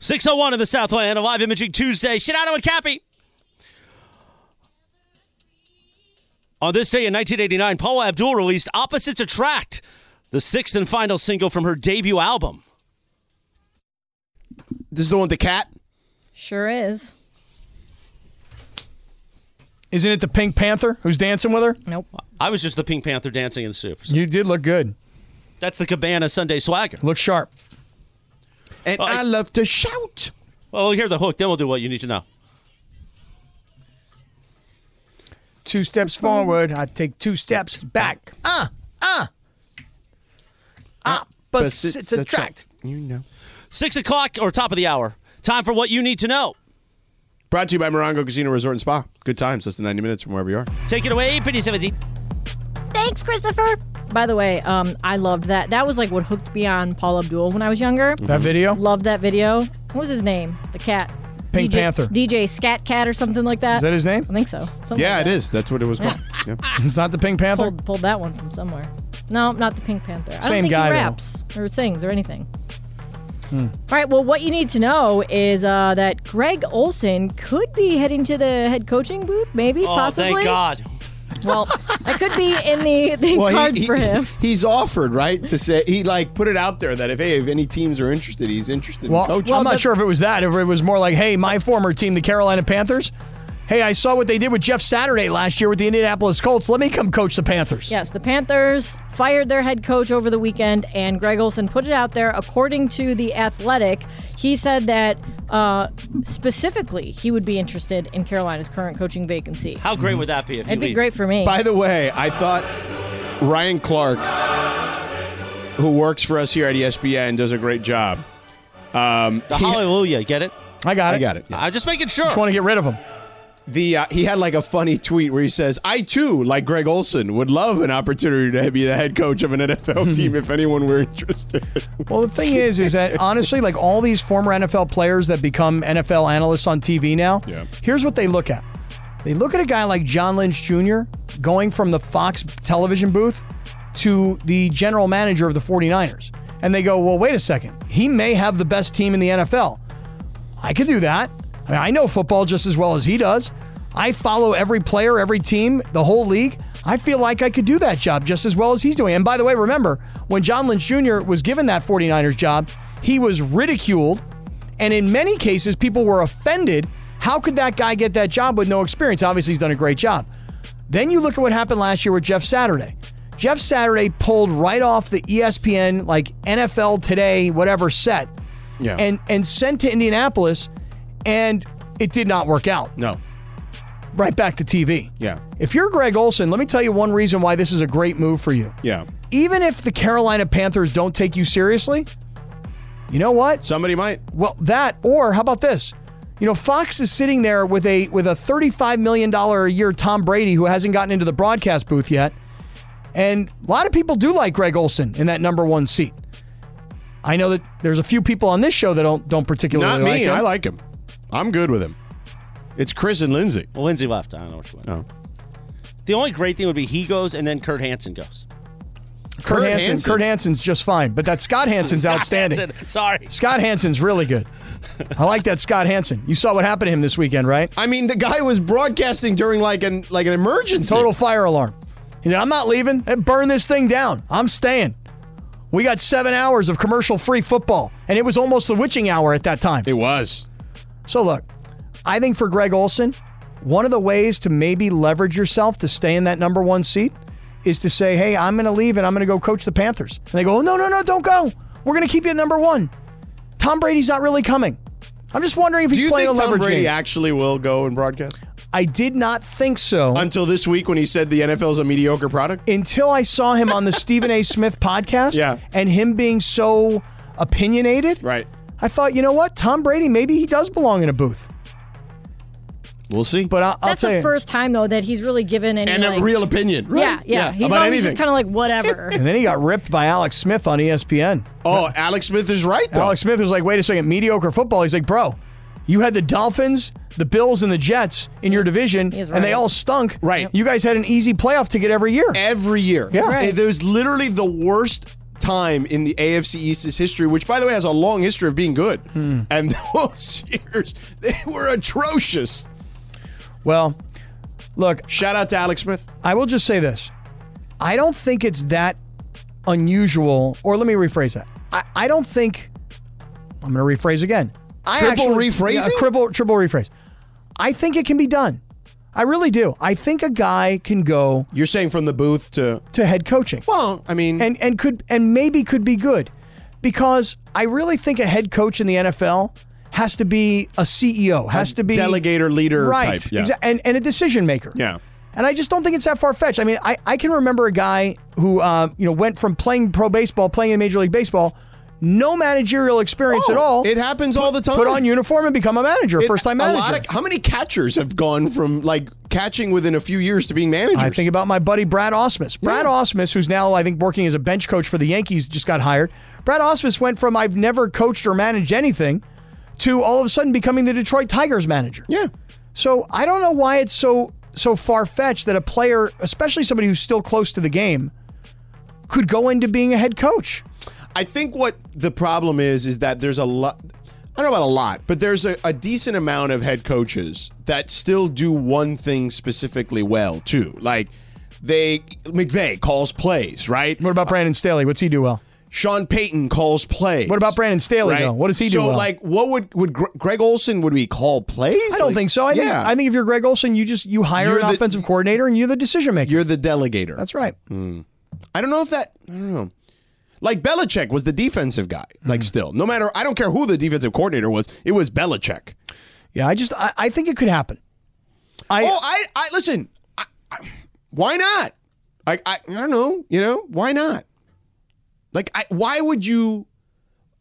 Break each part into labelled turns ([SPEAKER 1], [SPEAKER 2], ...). [SPEAKER 1] 601 in the South Atlanta Live Imaging Tuesday. Shinano and Cappy. On this day in 1989, Paula Abdul released Opposites Attract, the sixth and final single from her debut album.
[SPEAKER 2] This is the one with the cat.
[SPEAKER 3] Sure is.
[SPEAKER 4] Isn't it the Pink Panther who's dancing with her?
[SPEAKER 3] Nope.
[SPEAKER 1] I was just the Pink Panther dancing in the soup.
[SPEAKER 4] You did look good.
[SPEAKER 1] That's the Cabana Sunday Swagger.
[SPEAKER 4] Look sharp.
[SPEAKER 2] And
[SPEAKER 1] I-
[SPEAKER 2] I love to shout.
[SPEAKER 1] Well, we'll hear the hook, then we'll do what you need to know.
[SPEAKER 4] Two steps forward, I take two steps back. Uh, uh. Opposites attract.
[SPEAKER 2] You know.
[SPEAKER 1] Six o'clock or top of the hour. Time for what you need to know.
[SPEAKER 2] Brought to you by Morongo Casino Resort and Spa. Good times, less than 90 minutes from wherever you are.
[SPEAKER 1] Take it away, Pretty 17.
[SPEAKER 3] Thanks, Christopher. By the way, um, I loved that. That was like what hooked me on Paul Abdul when I was younger.
[SPEAKER 4] That video?
[SPEAKER 3] Loved that video. What was his name? The cat.
[SPEAKER 4] Pink
[SPEAKER 3] DJ,
[SPEAKER 4] Panther.
[SPEAKER 3] DJ Scat Cat or something like that.
[SPEAKER 4] Is that his name?
[SPEAKER 3] I think so. Something
[SPEAKER 2] Yeah,
[SPEAKER 3] like
[SPEAKER 2] it
[SPEAKER 3] that.
[SPEAKER 2] is. That's what it was called. Yeah.
[SPEAKER 4] It's not the Pink Panther?
[SPEAKER 3] Pulled, pulled that one from somewhere. No, not the Pink Panther. I don't
[SPEAKER 4] Same
[SPEAKER 3] think
[SPEAKER 4] guy,
[SPEAKER 3] he
[SPEAKER 4] though. Hmm.
[SPEAKER 3] raps or sings or anything. All right. Well, what you need to know is uh, that Greg Olson could be heading to the head coaching booth, maybe,
[SPEAKER 1] Oh,
[SPEAKER 3] possibly.
[SPEAKER 1] thank God.
[SPEAKER 3] Well, that could be in the, the cards for him.
[SPEAKER 2] he's offered, right? To say he like put it out there that if hey, if any teams are interested, he's interested Oh,
[SPEAKER 4] Well,
[SPEAKER 2] in coaching.
[SPEAKER 4] I'm not
[SPEAKER 3] the-
[SPEAKER 4] sure if it was that. If it was more like, hey, my former team, the Carolina Panthers. Hey, I saw what they did with Jeff Saturday last year with the Indianapolis Colts. Let me come coach the Panthers.
[SPEAKER 3] Yes, the Panthers fired their head coach over the weekend, and Greg Olson put it out there. According to The Athletic, he said that uh, specifically he would be interested in Carolina's current coaching vacancy.
[SPEAKER 1] How great would that be if he
[SPEAKER 3] It'd be
[SPEAKER 1] leaves?
[SPEAKER 3] great for me.
[SPEAKER 2] By the way, I thought Ryan Clark, who works for us here at E ESPN, does a great job. Um,
[SPEAKER 1] The
[SPEAKER 2] he-
[SPEAKER 1] hallelujah, get it?
[SPEAKER 4] I got it.
[SPEAKER 2] I got it.
[SPEAKER 1] I'm Uh, just making sure.
[SPEAKER 4] Just want to get rid of them.
[SPEAKER 2] The uh, he had like a funny tweet where he says, "I too, like Greg Olson, would love an opportunity to be the head coach of an NFL team if anyone were interested."
[SPEAKER 4] Well, the thing is, is that honestly, like all these former NFL players that become NFL analysts on TV now,
[SPEAKER 2] Yeah.
[SPEAKER 4] here's what they look at. They look at a guy like John Lynch Jr. going from the Fox television booth to the general manager of the 49ers. And they go, well, wait a second. He may have the best team in the NFL. I could do that. I mean, I know football just as well as he does. I follow every player, every team, the whole league. I feel like I could do that job just as well as he's doing. And by the way, remember, when John Lynch Jr. was given that 49ers job, he was ridiculed. And in many cases, people were offended. How could that guy get that job with no experience? Obviously, he's done a great job. Then you look at what happened last year with Jeff Saturday. Jeff Saturday pulled right off the E ESPN, like NFL Today, whatever set,
[SPEAKER 2] Yeah.
[SPEAKER 4] and and sent to Indianapolis, and it did not work out.
[SPEAKER 2] no,
[SPEAKER 4] Right back to TV.
[SPEAKER 2] yeah,
[SPEAKER 4] If you're Greg Olson, let me tell you one reason why this is a great move for you.
[SPEAKER 2] yeah.
[SPEAKER 4] Even if the Carolina Panthers don't take you seriously, you know what?
[SPEAKER 2] Somebody might.
[SPEAKER 4] Well, that or how about this? You know, Fox is sitting there with a with a thirty-five million dollar a year Tom Brady who hasn't gotten into the broadcast booth yet, and a lot of people do like Greg Olson in that number one seat. I know that there's a few people on this show that don't don't particularly
[SPEAKER 2] Not me.
[SPEAKER 4] like him.
[SPEAKER 2] I like him. I'm good with him. It's Chris and Lindsay.
[SPEAKER 1] Well, Lindsay left. I don't know where she went.
[SPEAKER 2] Oh.
[SPEAKER 1] The only great thing would be he goes and then Kurt Hansen goes.
[SPEAKER 4] Kurt,
[SPEAKER 2] Kurt
[SPEAKER 4] Hansen.
[SPEAKER 2] Hansen.
[SPEAKER 4] Kurt Hansen's just fine, but that Scott Hansen's outstanding.
[SPEAKER 1] Hansen, sorry.
[SPEAKER 4] Scott Hansen's really good. I like that Scott Hansen. You saw what happened to him this weekend, right?
[SPEAKER 2] I mean, the guy was broadcasting during like an like an emergency.
[SPEAKER 4] Total fire alarm. He said, I'm not leaving. Eh, Burn this thing down. I'm staying. We got seven hours of commercial free football, and it was almost the witching hour at that time.
[SPEAKER 2] It was.
[SPEAKER 4] So, look, I think for Greg Olson, one of the ways to maybe leverage yourself to stay in that number one seat is to say, Hey, I'm going to leave and I'm going to go coach the Panthers. And they go, oh, No, no, no, don't go. We're going to keep you at number one. Tom Brady's not really coming. I'm just wondering if
[SPEAKER 2] Do
[SPEAKER 4] he's
[SPEAKER 2] you
[SPEAKER 4] playing
[SPEAKER 2] think
[SPEAKER 4] a
[SPEAKER 2] Tom
[SPEAKER 4] leverage
[SPEAKER 2] Brady
[SPEAKER 4] game.
[SPEAKER 2] actually will go and broadcast
[SPEAKER 4] I did not think so.
[SPEAKER 2] until this week when he said the NFL's a mediocre product?
[SPEAKER 4] until I saw him on the Stephen A. Smith podcast
[SPEAKER 2] Yeah.
[SPEAKER 4] and him being so opinionated,
[SPEAKER 2] Right.
[SPEAKER 4] I thought, you know what, Tom Brady, maybe he does belong in a booth.
[SPEAKER 2] We'll see.
[SPEAKER 4] But I'll, I'll
[SPEAKER 3] That's
[SPEAKER 4] tell
[SPEAKER 3] the
[SPEAKER 4] you,
[SPEAKER 3] first time though that he's really given any
[SPEAKER 2] and
[SPEAKER 3] like,
[SPEAKER 2] a real opinion. Right?
[SPEAKER 3] yeah, yeah. He's
[SPEAKER 2] About
[SPEAKER 3] always
[SPEAKER 2] anything.
[SPEAKER 3] just kind of like whatever.
[SPEAKER 4] and then he got ripped by Alex Smith on E ESPN.
[SPEAKER 2] oh, Alex Smith is right though.
[SPEAKER 4] Alex Smith was like, wait a second, mediocre football. He's like, bro, you had the Dolphins, the Bills, and the Jets in your division,
[SPEAKER 3] He is
[SPEAKER 4] and they
[SPEAKER 3] right.
[SPEAKER 4] all stunk.
[SPEAKER 2] Right.
[SPEAKER 4] You guys had an easy playoff ticket every year.
[SPEAKER 2] every year.
[SPEAKER 4] Yeah.
[SPEAKER 3] Right.
[SPEAKER 2] It was literally the worst time in the AFC East's history, which by the way has a long history of being good.
[SPEAKER 4] Hmm.
[SPEAKER 2] And those years, they were atrocious.
[SPEAKER 4] Well, look,
[SPEAKER 2] Shout out to Alex Smith.
[SPEAKER 4] I will just say this. I don't think it's that unusual, or let me rephrase that. I, I don't think, I'm going to rephrase again. I
[SPEAKER 2] Triple rephrasing?
[SPEAKER 4] Yeah, triple, triple rephrase. I think it can be done. I really do. I think a guy can go
[SPEAKER 2] You're saying from the booth to
[SPEAKER 4] to head coaching
[SPEAKER 2] well, I mean,
[SPEAKER 4] and and could and maybe could be good because I really think a head coach in the NFL has to be a CEO, has to be
[SPEAKER 2] delegator leader
[SPEAKER 4] right,
[SPEAKER 2] type. Yeah.
[SPEAKER 4] exa- and and a decision maker.
[SPEAKER 2] Yeah.
[SPEAKER 4] And I just don't think it's that far fetched. I mean, I, I can remember a guy who uh, you know went from playing pro baseball, playing in Major League Baseball, no managerial experience at all.
[SPEAKER 2] Oh, It happens all the time.
[SPEAKER 4] put on uniform and become a manager,
[SPEAKER 2] It-
[SPEAKER 4] first time
[SPEAKER 2] a
[SPEAKER 4] manager.
[SPEAKER 2] lot of- how many catchers have gone from like catching within a few years to being managers?
[SPEAKER 4] I think about my buddy Brad Osmus. Brad Osmus, who's now I think working as a bench coach for the Yankees, just got hired. Brad Osmus went from I've never coached or managed anything to all of a sudden becoming the Detroit Tigers manager.
[SPEAKER 2] yeah.
[SPEAKER 4] So I don't know why it's so so far fetched that a player, especially somebody who's still close to the game, could go into being a head coach.
[SPEAKER 2] I think what the problem is is that there's a lot. I don't know about a lot, but there's a, a decent amount of head coaches that still do one thing specifically well too. Like they McVay calls plays, right?
[SPEAKER 4] What about Brandon Staley? What's he do well?
[SPEAKER 2] Sean Payton calls plays.
[SPEAKER 4] What about Brandon Staley, though? What does he do
[SPEAKER 2] So
[SPEAKER 4] well?
[SPEAKER 2] like, what would would Gre- Greg Olson would we call plays?
[SPEAKER 4] I don't think so. I think
[SPEAKER 2] yeah,
[SPEAKER 4] I think if you're Greg Olson, you just you hire
[SPEAKER 2] You're
[SPEAKER 4] an
[SPEAKER 2] the-
[SPEAKER 4] offensive coordinator and you're Mm. the decision maker.
[SPEAKER 2] you're the delegator.
[SPEAKER 4] That's right.
[SPEAKER 2] I don't know if that. I don't know. Like Belichick was the defensive guy.
[SPEAKER 4] Mm.
[SPEAKER 2] Like still, no matter. I don't care who the defensive coordinator was. It was Belichick.
[SPEAKER 4] Yeah, I just I, I think it could happen. I
[SPEAKER 2] oh, I, I listen. I, I, why not? I, I, I don't know. You know why not? Like, I, why would you?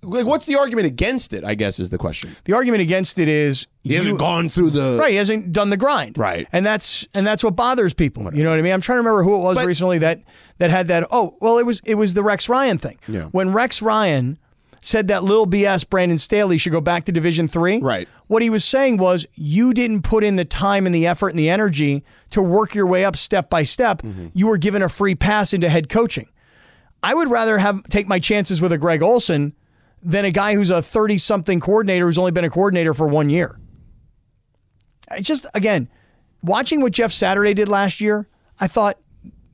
[SPEAKER 2] Like, what's the argument against it? I guess is the question.
[SPEAKER 4] the argument against it is
[SPEAKER 2] He hasn't gone through the
[SPEAKER 4] right, he hasn't done the grind.
[SPEAKER 2] Right.
[SPEAKER 4] And that's and that's what bothers people. You know what I mean? I'm trying to remember who it was recently that that had that oh, well it was it was the Rex Ryan thing.
[SPEAKER 2] Yeah.
[SPEAKER 4] When Rex Ryan said that little BS Brandon Staley should go back to Division 3.
[SPEAKER 2] Right.
[SPEAKER 4] What he was saying was you didn't put in the time and the effort and the energy to work your way up step by step.
[SPEAKER 2] Mm-hmm.
[SPEAKER 4] You were given a free pass into head coaching. I would rather have take my chances with a Greg Olson than a guy who's a 30 something coordinator who's only been a coordinator for one year. I just again, watching what Jeff Saturday did last year, I thought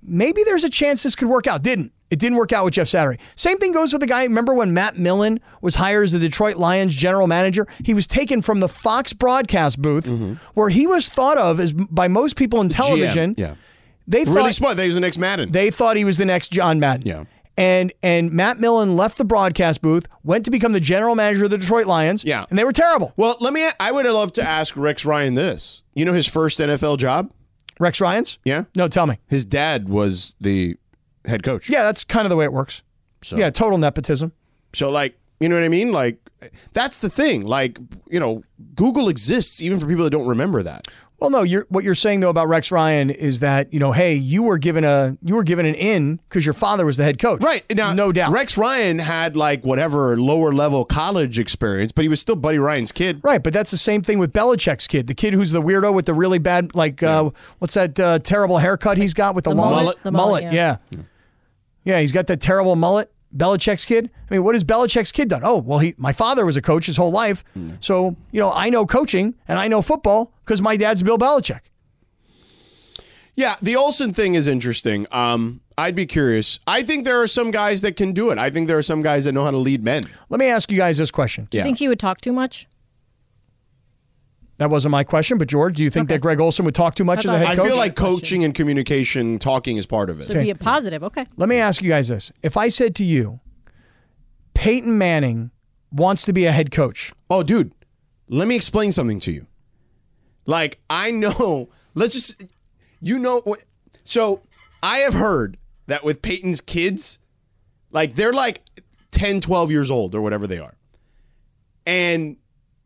[SPEAKER 4] maybe there's a chance this could work out. Didn't. It didn't work out with Jeff Saturday. Same thing goes with the guy. Remember when Matt Millen was hired as the Detroit Lions general manager? He was taken from the Fox broadcast booth,
[SPEAKER 2] Mm-hmm.
[SPEAKER 4] where he was thought of as by most people in television.
[SPEAKER 2] Yeah,
[SPEAKER 4] They thought,
[SPEAKER 2] really smart. That he was the next Madden.
[SPEAKER 4] they thought he was the next John Madden.
[SPEAKER 2] Yeah.
[SPEAKER 4] And and Matt Millen left the broadcast booth, went to become the general manager of the Detroit Lions.
[SPEAKER 2] Yeah.
[SPEAKER 4] And they were terrible.
[SPEAKER 2] well, let me. I would have loved to ask Rex Ryan this. You know his first NFL job.
[SPEAKER 4] Rex Ryan's?
[SPEAKER 2] Yeah,
[SPEAKER 4] No, tell me.
[SPEAKER 2] his dad was the head coach.
[SPEAKER 4] Yeah, that's kind of the way it works.
[SPEAKER 2] So-
[SPEAKER 4] Yeah, total nepotism.
[SPEAKER 2] So like, you know what I mean? Like that's the thing. Like, you know, Google exists even for people that don't remember that.
[SPEAKER 4] Well, no, you're what you're saying though about Rex Ryan is that, you know, hey, you were given a you were given an in because your father was the head coach.
[SPEAKER 2] Now
[SPEAKER 4] no doubt.
[SPEAKER 2] Rex Ryan had like whatever lower level college experience, but he was still Buddy Ryan's kid.
[SPEAKER 4] Right, but that's the same thing with Belichick's kid, the kid who's the weirdo with the really bad, like, uh, what's that uh, terrible haircut he's got with the, long
[SPEAKER 2] mullet.
[SPEAKER 3] The mullet,
[SPEAKER 4] yeah.
[SPEAKER 3] yeah.
[SPEAKER 4] yeah, he's got that terrible mullet. Belichick's kid. I mean, what has Belichick's kid done? Oh, well, he my father was a coach his whole life, so you know I know coaching and I know football because my dad's Bill Belichick.
[SPEAKER 2] Yeah, the Olsen thing is interesting. Um, I'd be curious. I think there are some guys that can do it. I think there are some guys that know how to lead men.
[SPEAKER 4] Let me ask you guys this question.
[SPEAKER 2] Yeah.
[SPEAKER 3] Think he would talk too much?
[SPEAKER 4] That wasn't my question, but George, do you think that Greg Olson would talk too much as a
[SPEAKER 3] thought-
[SPEAKER 4] head
[SPEAKER 2] I
[SPEAKER 4] coach?
[SPEAKER 2] feel like coaching and communication talking is part of it.
[SPEAKER 3] So it'd be a positive. Okay.
[SPEAKER 4] Let me ask you guys this: If I said to you, Peyton Manning wants to be a head coach,
[SPEAKER 2] Oh, dude, let me explain something to you. Like, I know, let's just, you know, what- so I have heard that with Peyton's kids, like, they're like 10, 12 years old or whatever they are. And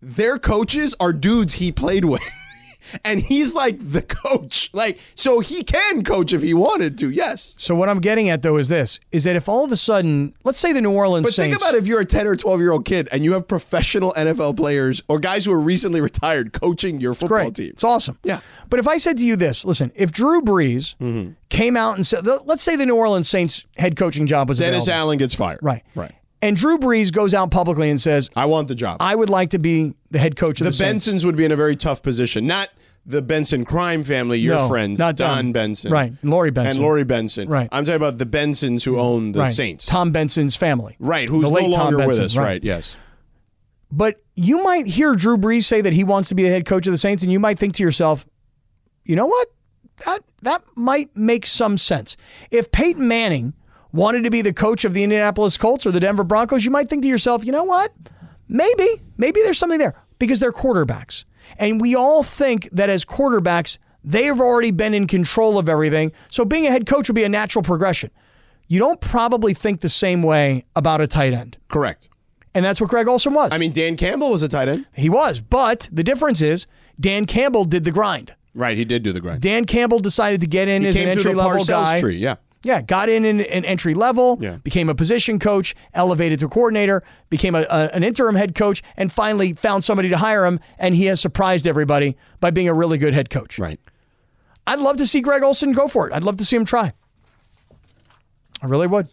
[SPEAKER 2] their coaches are dudes he played with. and he's like the coach. Like, so he can coach if he wanted to. Yes.
[SPEAKER 4] So what I'm getting at though is this: is that if all of a sudden, let's say the New Orleans
[SPEAKER 2] But
[SPEAKER 4] Saints,
[SPEAKER 2] think about if you're a 10 or 12 year old kid and you have professional NFL players or guys who are recently retired coaching your football
[SPEAKER 4] great,
[SPEAKER 2] team.
[SPEAKER 4] it's awesome.
[SPEAKER 2] Yeah. Mm-hmm.
[SPEAKER 4] But if I said to you this, listen, if Drew Brees came out and said, let's say the New Orleans Saints head coaching job was
[SPEAKER 2] Dennis
[SPEAKER 4] available,
[SPEAKER 2] Allen gets fired.
[SPEAKER 4] right,
[SPEAKER 2] Right.
[SPEAKER 4] and Drew Brees goes out publicly and says,
[SPEAKER 2] I want the job.
[SPEAKER 4] I would like to be the head coach of the,
[SPEAKER 2] the
[SPEAKER 4] Saints.
[SPEAKER 2] Bensons would be in a very tough position. Not the Benson crime family, your
[SPEAKER 4] No,
[SPEAKER 2] friends,
[SPEAKER 4] not
[SPEAKER 2] Don
[SPEAKER 4] Don.
[SPEAKER 2] Benson.
[SPEAKER 4] Right, and Lori Benson.
[SPEAKER 2] And Lori Benson.
[SPEAKER 4] Right.
[SPEAKER 2] I'm talking about the Bensons who own the
[SPEAKER 4] Right.
[SPEAKER 2] Saints.
[SPEAKER 4] Tom Benson's family.
[SPEAKER 2] right, who's
[SPEAKER 4] The
[SPEAKER 2] no
[SPEAKER 4] late Tom
[SPEAKER 2] longer with
[SPEAKER 4] Benson,
[SPEAKER 2] us.
[SPEAKER 4] right.
[SPEAKER 2] right, yes.
[SPEAKER 4] But you might hear Drew Brees say that he wants to be the head coach of the Saints, and you might think to yourself, you know what? That that might make some sense. If Peyton Manning wanted to be the coach of the Indianapolis Colts or the Denver Broncos, you might think to yourself, you know what? Maybe, maybe there's something there because they're quarterbacks. And we all think that as quarterbacks, they've already been in control of everything. So being a head coach would be a natural progression. You don't probably think the same way about a tight end.
[SPEAKER 2] Correct.
[SPEAKER 4] And that's what Greg Olson was.
[SPEAKER 2] I mean, Dan Campbell was a tight end.
[SPEAKER 4] He was, but the difference is Dan Campbell did the grind.
[SPEAKER 2] Right, he did do the grind.
[SPEAKER 4] Dan Campbell decided to get in as an
[SPEAKER 2] Came through
[SPEAKER 4] entry
[SPEAKER 2] the
[SPEAKER 4] level
[SPEAKER 2] Parcells
[SPEAKER 4] guy.
[SPEAKER 2] tree, yeah.
[SPEAKER 4] Yeah, got in an, an entry level,
[SPEAKER 2] Yeah.
[SPEAKER 4] became a position coach, elevated to coordinator, became a, a- an interim head coach, and finally found somebody to hire him. And he has surprised everybody by being a really good head coach.
[SPEAKER 2] Right.
[SPEAKER 4] I'd love to see Greg Olson go for it. I'd love to see him try. I really would.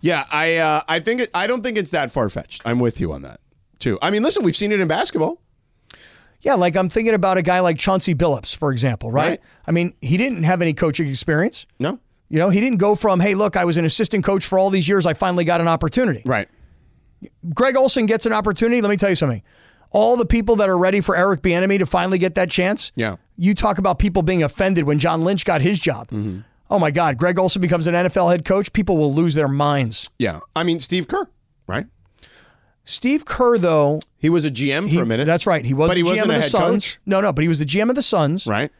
[SPEAKER 2] Yeah, I uh, I think it, I don't think it's that far fetched. I'm with you on that too. I mean, listen, we've seen it in basketball.
[SPEAKER 4] Yeah, like I'm thinking about a guy like Chauncey Billups, for example,
[SPEAKER 2] Right.
[SPEAKER 4] right? I mean, he didn't have any coaching experience.
[SPEAKER 2] No,
[SPEAKER 4] You know, he didn't go from, hey, look, I was an assistant coach for all these years. I finally got an opportunity.
[SPEAKER 2] right.
[SPEAKER 4] Greg Olson gets an opportunity. Let me tell you something. All the people that are ready for Eric Bieniemy to finally get that chance.
[SPEAKER 2] Yeah.
[SPEAKER 4] You talk about people being offended when John Lynch got his job.
[SPEAKER 2] Mm-hmm.
[SPEAKER 4] Oh my God, Greg Olson becomes an NFL head coach. People will lose their minds.
[SPEAKER 2] Yeah, I mean Steve Kerr, right?
[SPEAKER 4] Steve Kerr, though,
[SPEAKER 2] He was a GM
[SPEAKER 4] he-
[SPEAKER 2] for a minute.
[SPEAKER 4] That's right. He was
[SPEAKER 2] But
[SPEAKER 4] the
[SPEAKER 2] he
[SPEAKER 4] GM
[SPEAKER 2] wasn't
[SPEAKER 4] of
[SPEAKER 2] a
[SPEAKER 4] the
[SPEAKER 2] head
[SPEAKER 4] Suns.
[SPEAKER 2] coach.
[SPEAKER 4] No, no, but he was the GM of the Suns.
[SPEAKER 2] right.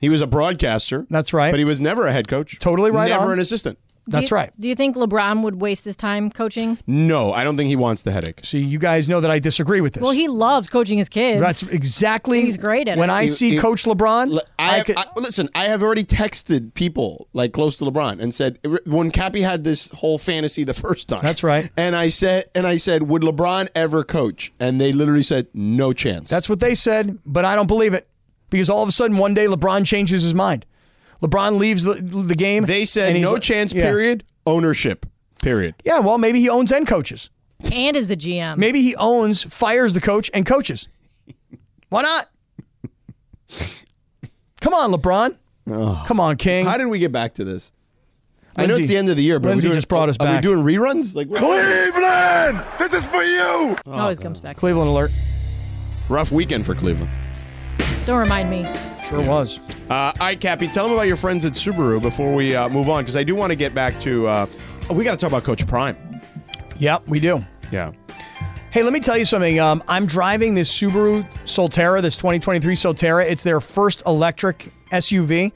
[SPEAKER 2] He was a broadcaster.
[SPEAKER 4] That's right.
[SPEAKER 2] But he was never a head coach.
[SPEAKER 4] Totally right
[SPEAKER 2] Never
[SPEAKER 4] on.
[SPEAKER 2] an assistant.
[SPEAKER 4] That's
[SPEAKER 3] do you,
[SPEAKER 4] right.
[SPEAKER 3] Do you think LeBron would waste his time coaching?
[SPEAKER 2] No, I don't think he wants the headache.
[SPEAKER 4] See, you guys know that I disagree with this.
[SPEAKER 3] Well, he loves coaching his kids.
[SPEAKER 4] that's exactly
[SPEAKER 3] He's great at
[SPEAKER 4] when
[SPEAKER 3] it.
[SPEAKER 4] I
[SPEAKER 2] He-
[SPEAKER 4] see
[SPEAKER 2] he-
[SPEAKER 4] Coach LeBron.
[SPEAKER 2] L- I,
[SPEAKER 4] could-
[SPEAKER 2] I- listen. I have already texted people like close to LeBron and said when Cappy had this whole fantasy the first time.
[SPEAKER 4] That's right.
[SPEAKER 2] And I said, and I said, would LeBron ever coach? And they literally said, no chance.
[SPEAKER 4] That's what they said, but I don't believe it because all of a sudden one day LeBron changes his mind. LeBron leaves the, the game.
[SPEAKER 2] they said
[SPEAKER 4] and he's
[SPEAKER 2] no
[SPEAKER 4] like-
[SPEAKER 2] chance.
[SPEAKER 4] yeah.
[SPEAKER 2] Period. Ownership. Period.
[SPEAKER 4] Yeah, well, maybe he owns and coaches.
[SPEAKER 3] and is the GM.
[SPEAKER 4] Maybe he owns, fires the coach, and coaches. Why not? Come on, LeBron. Come on, King.
[SPEAKER 2] How did we get back to this? I know
[SPEAKER 4] Lindsay-
[SPEAKER 2] Oh. it's the end of the year, but
[SPEAKER 4] Lindsay
[SPEAKER 2] we
[SPEAKER 4] just brought us
[SPEAKER 2] Are we
[SPEAKER 4] back.
[SPEAKER 2] doing reruns? Like what-
[SPEAKER 5] Cleveland, this is for you.
[SPEAKER 3] Always
[SPEAKER 4] Oh,
[SPEAKER 3] comes back.
[SPEAKER 4] Cleveland alert.
[SPEAKER 2] rough weekend for Cleveland.
[SPEAKER 3] Don't remind me.
[SPEAKER 4] Sure was.
[SPEAKER 2] Uh, all right, Cappy, tell them about your friends at Subaru before we uh, move on, because I do want to get back to. Uh, oh, we got to talk about Coach Prime.
[SPEAKER 4] Yep, we do.
[SPEAKER 2] Yeah.
[SPEAKER 4] Hey, let me tell you something. Um, I'm driving this Subaru Solterra, this 2023 Solterra. It's their first electric SUV.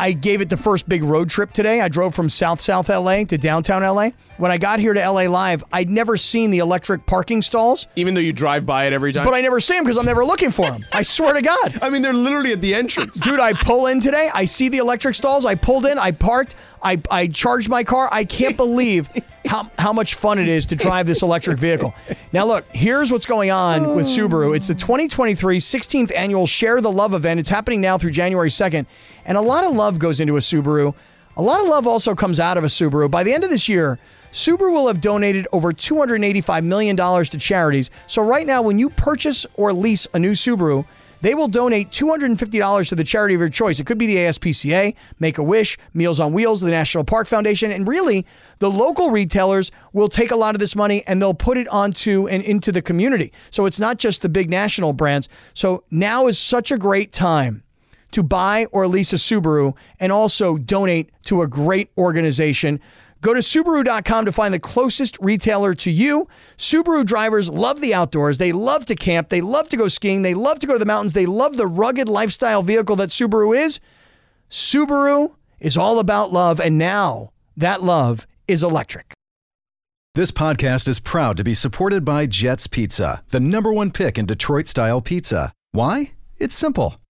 [SPEAKER 4] I gave it the first big road trip today. I drove from South South LA to downtown LA. When I got here to LA Live, I'd never seen the electric parking stalls,
[SPEAKER 2] Even though you drive by it every time,
[SPEAKER 4] but I never see them because I'm never looking for them. I swear to God.
[SPEAKER 2] I mean, they're literally at the entrance.
[SPEAKER 4] Dude, I pull in today. I see the electric stalls. I pulled in. I parked. I, I charged my car. I can't believe how, how much fun it is to drive this electric vehicle. Now, look, here's what's going on with Subaru. It's the 2023 16th annual Share the Love event. It's happening now through January 2nd. And a lot of love goes into a Subaru. A lot of love also comes out of a Subaru. By the end of this year, Subaru will have donated over $285 million to charities. So, right now, when you purchase or lease a new Subaru, they will donate $250 to the charity of your choice. It could be the ASPCA, Make a Wish, Meals on Wheels, the National Park Foundation, and really the local retailers will take a lot of this money and they'll put it onto and into the community. So it's not just the big national brands. So now is such a great time to buy or lease a Subaru and also donate to a great organization. Go to Subaru.com to find the closest retailer to you. Subaru drivers love the outdoors. They love to camp. They love to go skiing. They love to go to the mountains. They love the rugged lifestyle vehicle that Subaru is. Subaru is all about love. And now that love is electric.
[SPEAKER 6] This podcast is proud to be supported by Jets Pizza, the number one pick in Detroit style pizza. Why? It's simple.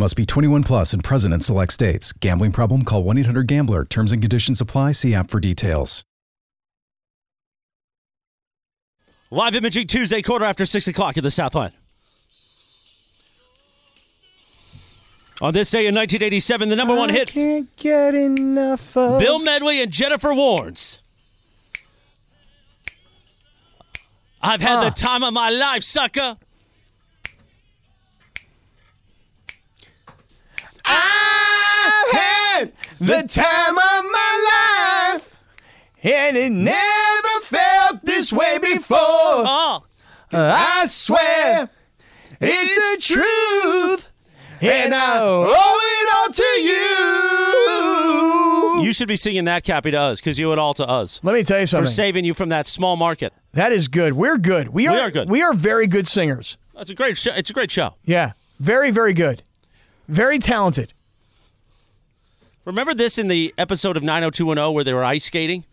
[SPEAKER 6] Must be 21 plus and present in select states. Gambling problem? Call 1 800 Gambler. Terms and conditions apply. See app for details.
[SPEAKER 1] Live imaging Tuesday, quarter after 6 o'clock at the Southland. On this day in 1987, the number one hit
[SPEAKER 4] Can't get enough of.
[SPEAKER 1] Bill Medley and Jennifer Warnes. I've had
[SPEAKER 4] Ah.
[SPEAKER 1] the time of my life, sucker.
[SPEAKER 2] I've had the time of my life, and it never felt this way before.
[SPEAKER 1] Oh,
[SPEAKER 2] I swear it's the truth, and I
[SPEAKER 4] Oh.
[SPEAKER 2] owe it all to you.
[SPEAKER 1] you should be singing that, Cappy, to us, because you and all to us.
[SPEAKER 4] Let me tell you
[SPEAKER 1] For
[SPEAKER 4] something.
[SPEAKER 1] saving you from that small market.
[SPEAKER 4] that is good. We're good. We are,
[SPEAKER 1] are good.
[SPEAKER 4] We are very good singers.
[SPEAKER 1] That's a great show. It's a great show.
[SPEAKER 4] Yeah. Very, very good. Very talented.
[SPEAKER 1] Remember this in the episode of 90210 where they were ice skating?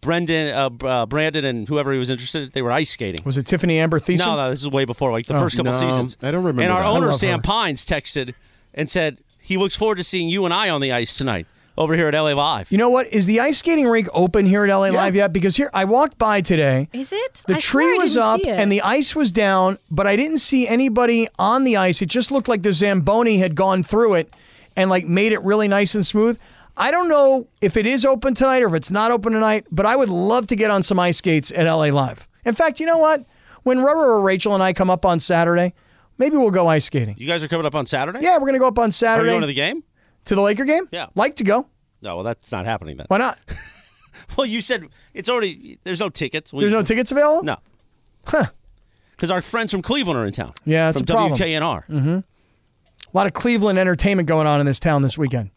[SPEAKER 1] Brendan, uh, Br- uh, Brandon, and whoever he was interested, they were ice skating.
[SPEAKER 4] Was it Oh, Tiffany Amber Thiessen?
[SPEAKER 1] No, no, this is way before, like the first couple
[SPEAKER 2] no,
[SPEAKER 1] seasons.
[SPEAKER 2] I don't remember
[SPEAKER 1] And our
[SPEAKER 2] that. I
[SPEAKER 1] owner
[SPEAKER 4] love
[SPEAKER 1] Sam
[SPEAKER 4] her.
[SPEAKER 1] Pines texted and said he looks forward to seeing you and I on the ice tonight over here at LA Live.
[SPEAKER 4] You know what? Is the ice skating rink open here at LA Live yet? Because here I walked by today.
[SPEAKER 3] Is it?
[SPEAKER 4] The
[SPEAKER 3] I swear
[SPEAKER 4] tree
[SPEAKER 3] I
[SPEAKER 4] was
[SPEAKER 3] didn't
[SPEAKER 4] up
[SPEAKER 3] see it.
[SPEAKER 4] and the ice was down, but I didn't see anybody on the ice. It just looked like the Zamboni had gone through it and like made it really nice and smooth. I don't know if it is open tonight or if it's not open tonight, but I would love to get on some ice skates at LA Live. In fact, you know what? When Rubber or Rachel and I come up on Saturday, maybe we'll go ice skating.
[SPEAKER 1] You guys are coming up on Saturday?
[SPEAKER 4] Yeah, we're gonna go up on
[SPEAKER 1] Are you
[SPEAKER 4] Saturday
[SPEAKER 1] going to the game?
[SPEAKER 4] to the Laker game.
[SPEAKER 1] Yeah.
[SPEAKER 4] like to go.
[SPEAKER 1] No, well, that's not happening then.
[SPEAKER 4] Why not?
[SPEAKER 1] Well, you said it's already, there's no tickets. We-
[SPEAKER 4] There's no tickets available.
[SPEAKER 1] No. Huh. Because our friends from Cleveland are in town.
[SPEAKER 4] Yeah, that's
[SPEAKER 1] From
[SPEAKER 4] a problem.
[SPEAKER 1] WKNR.
[SPEAKER 4] A lot of Cleveland entertainment going on in this town this weekend.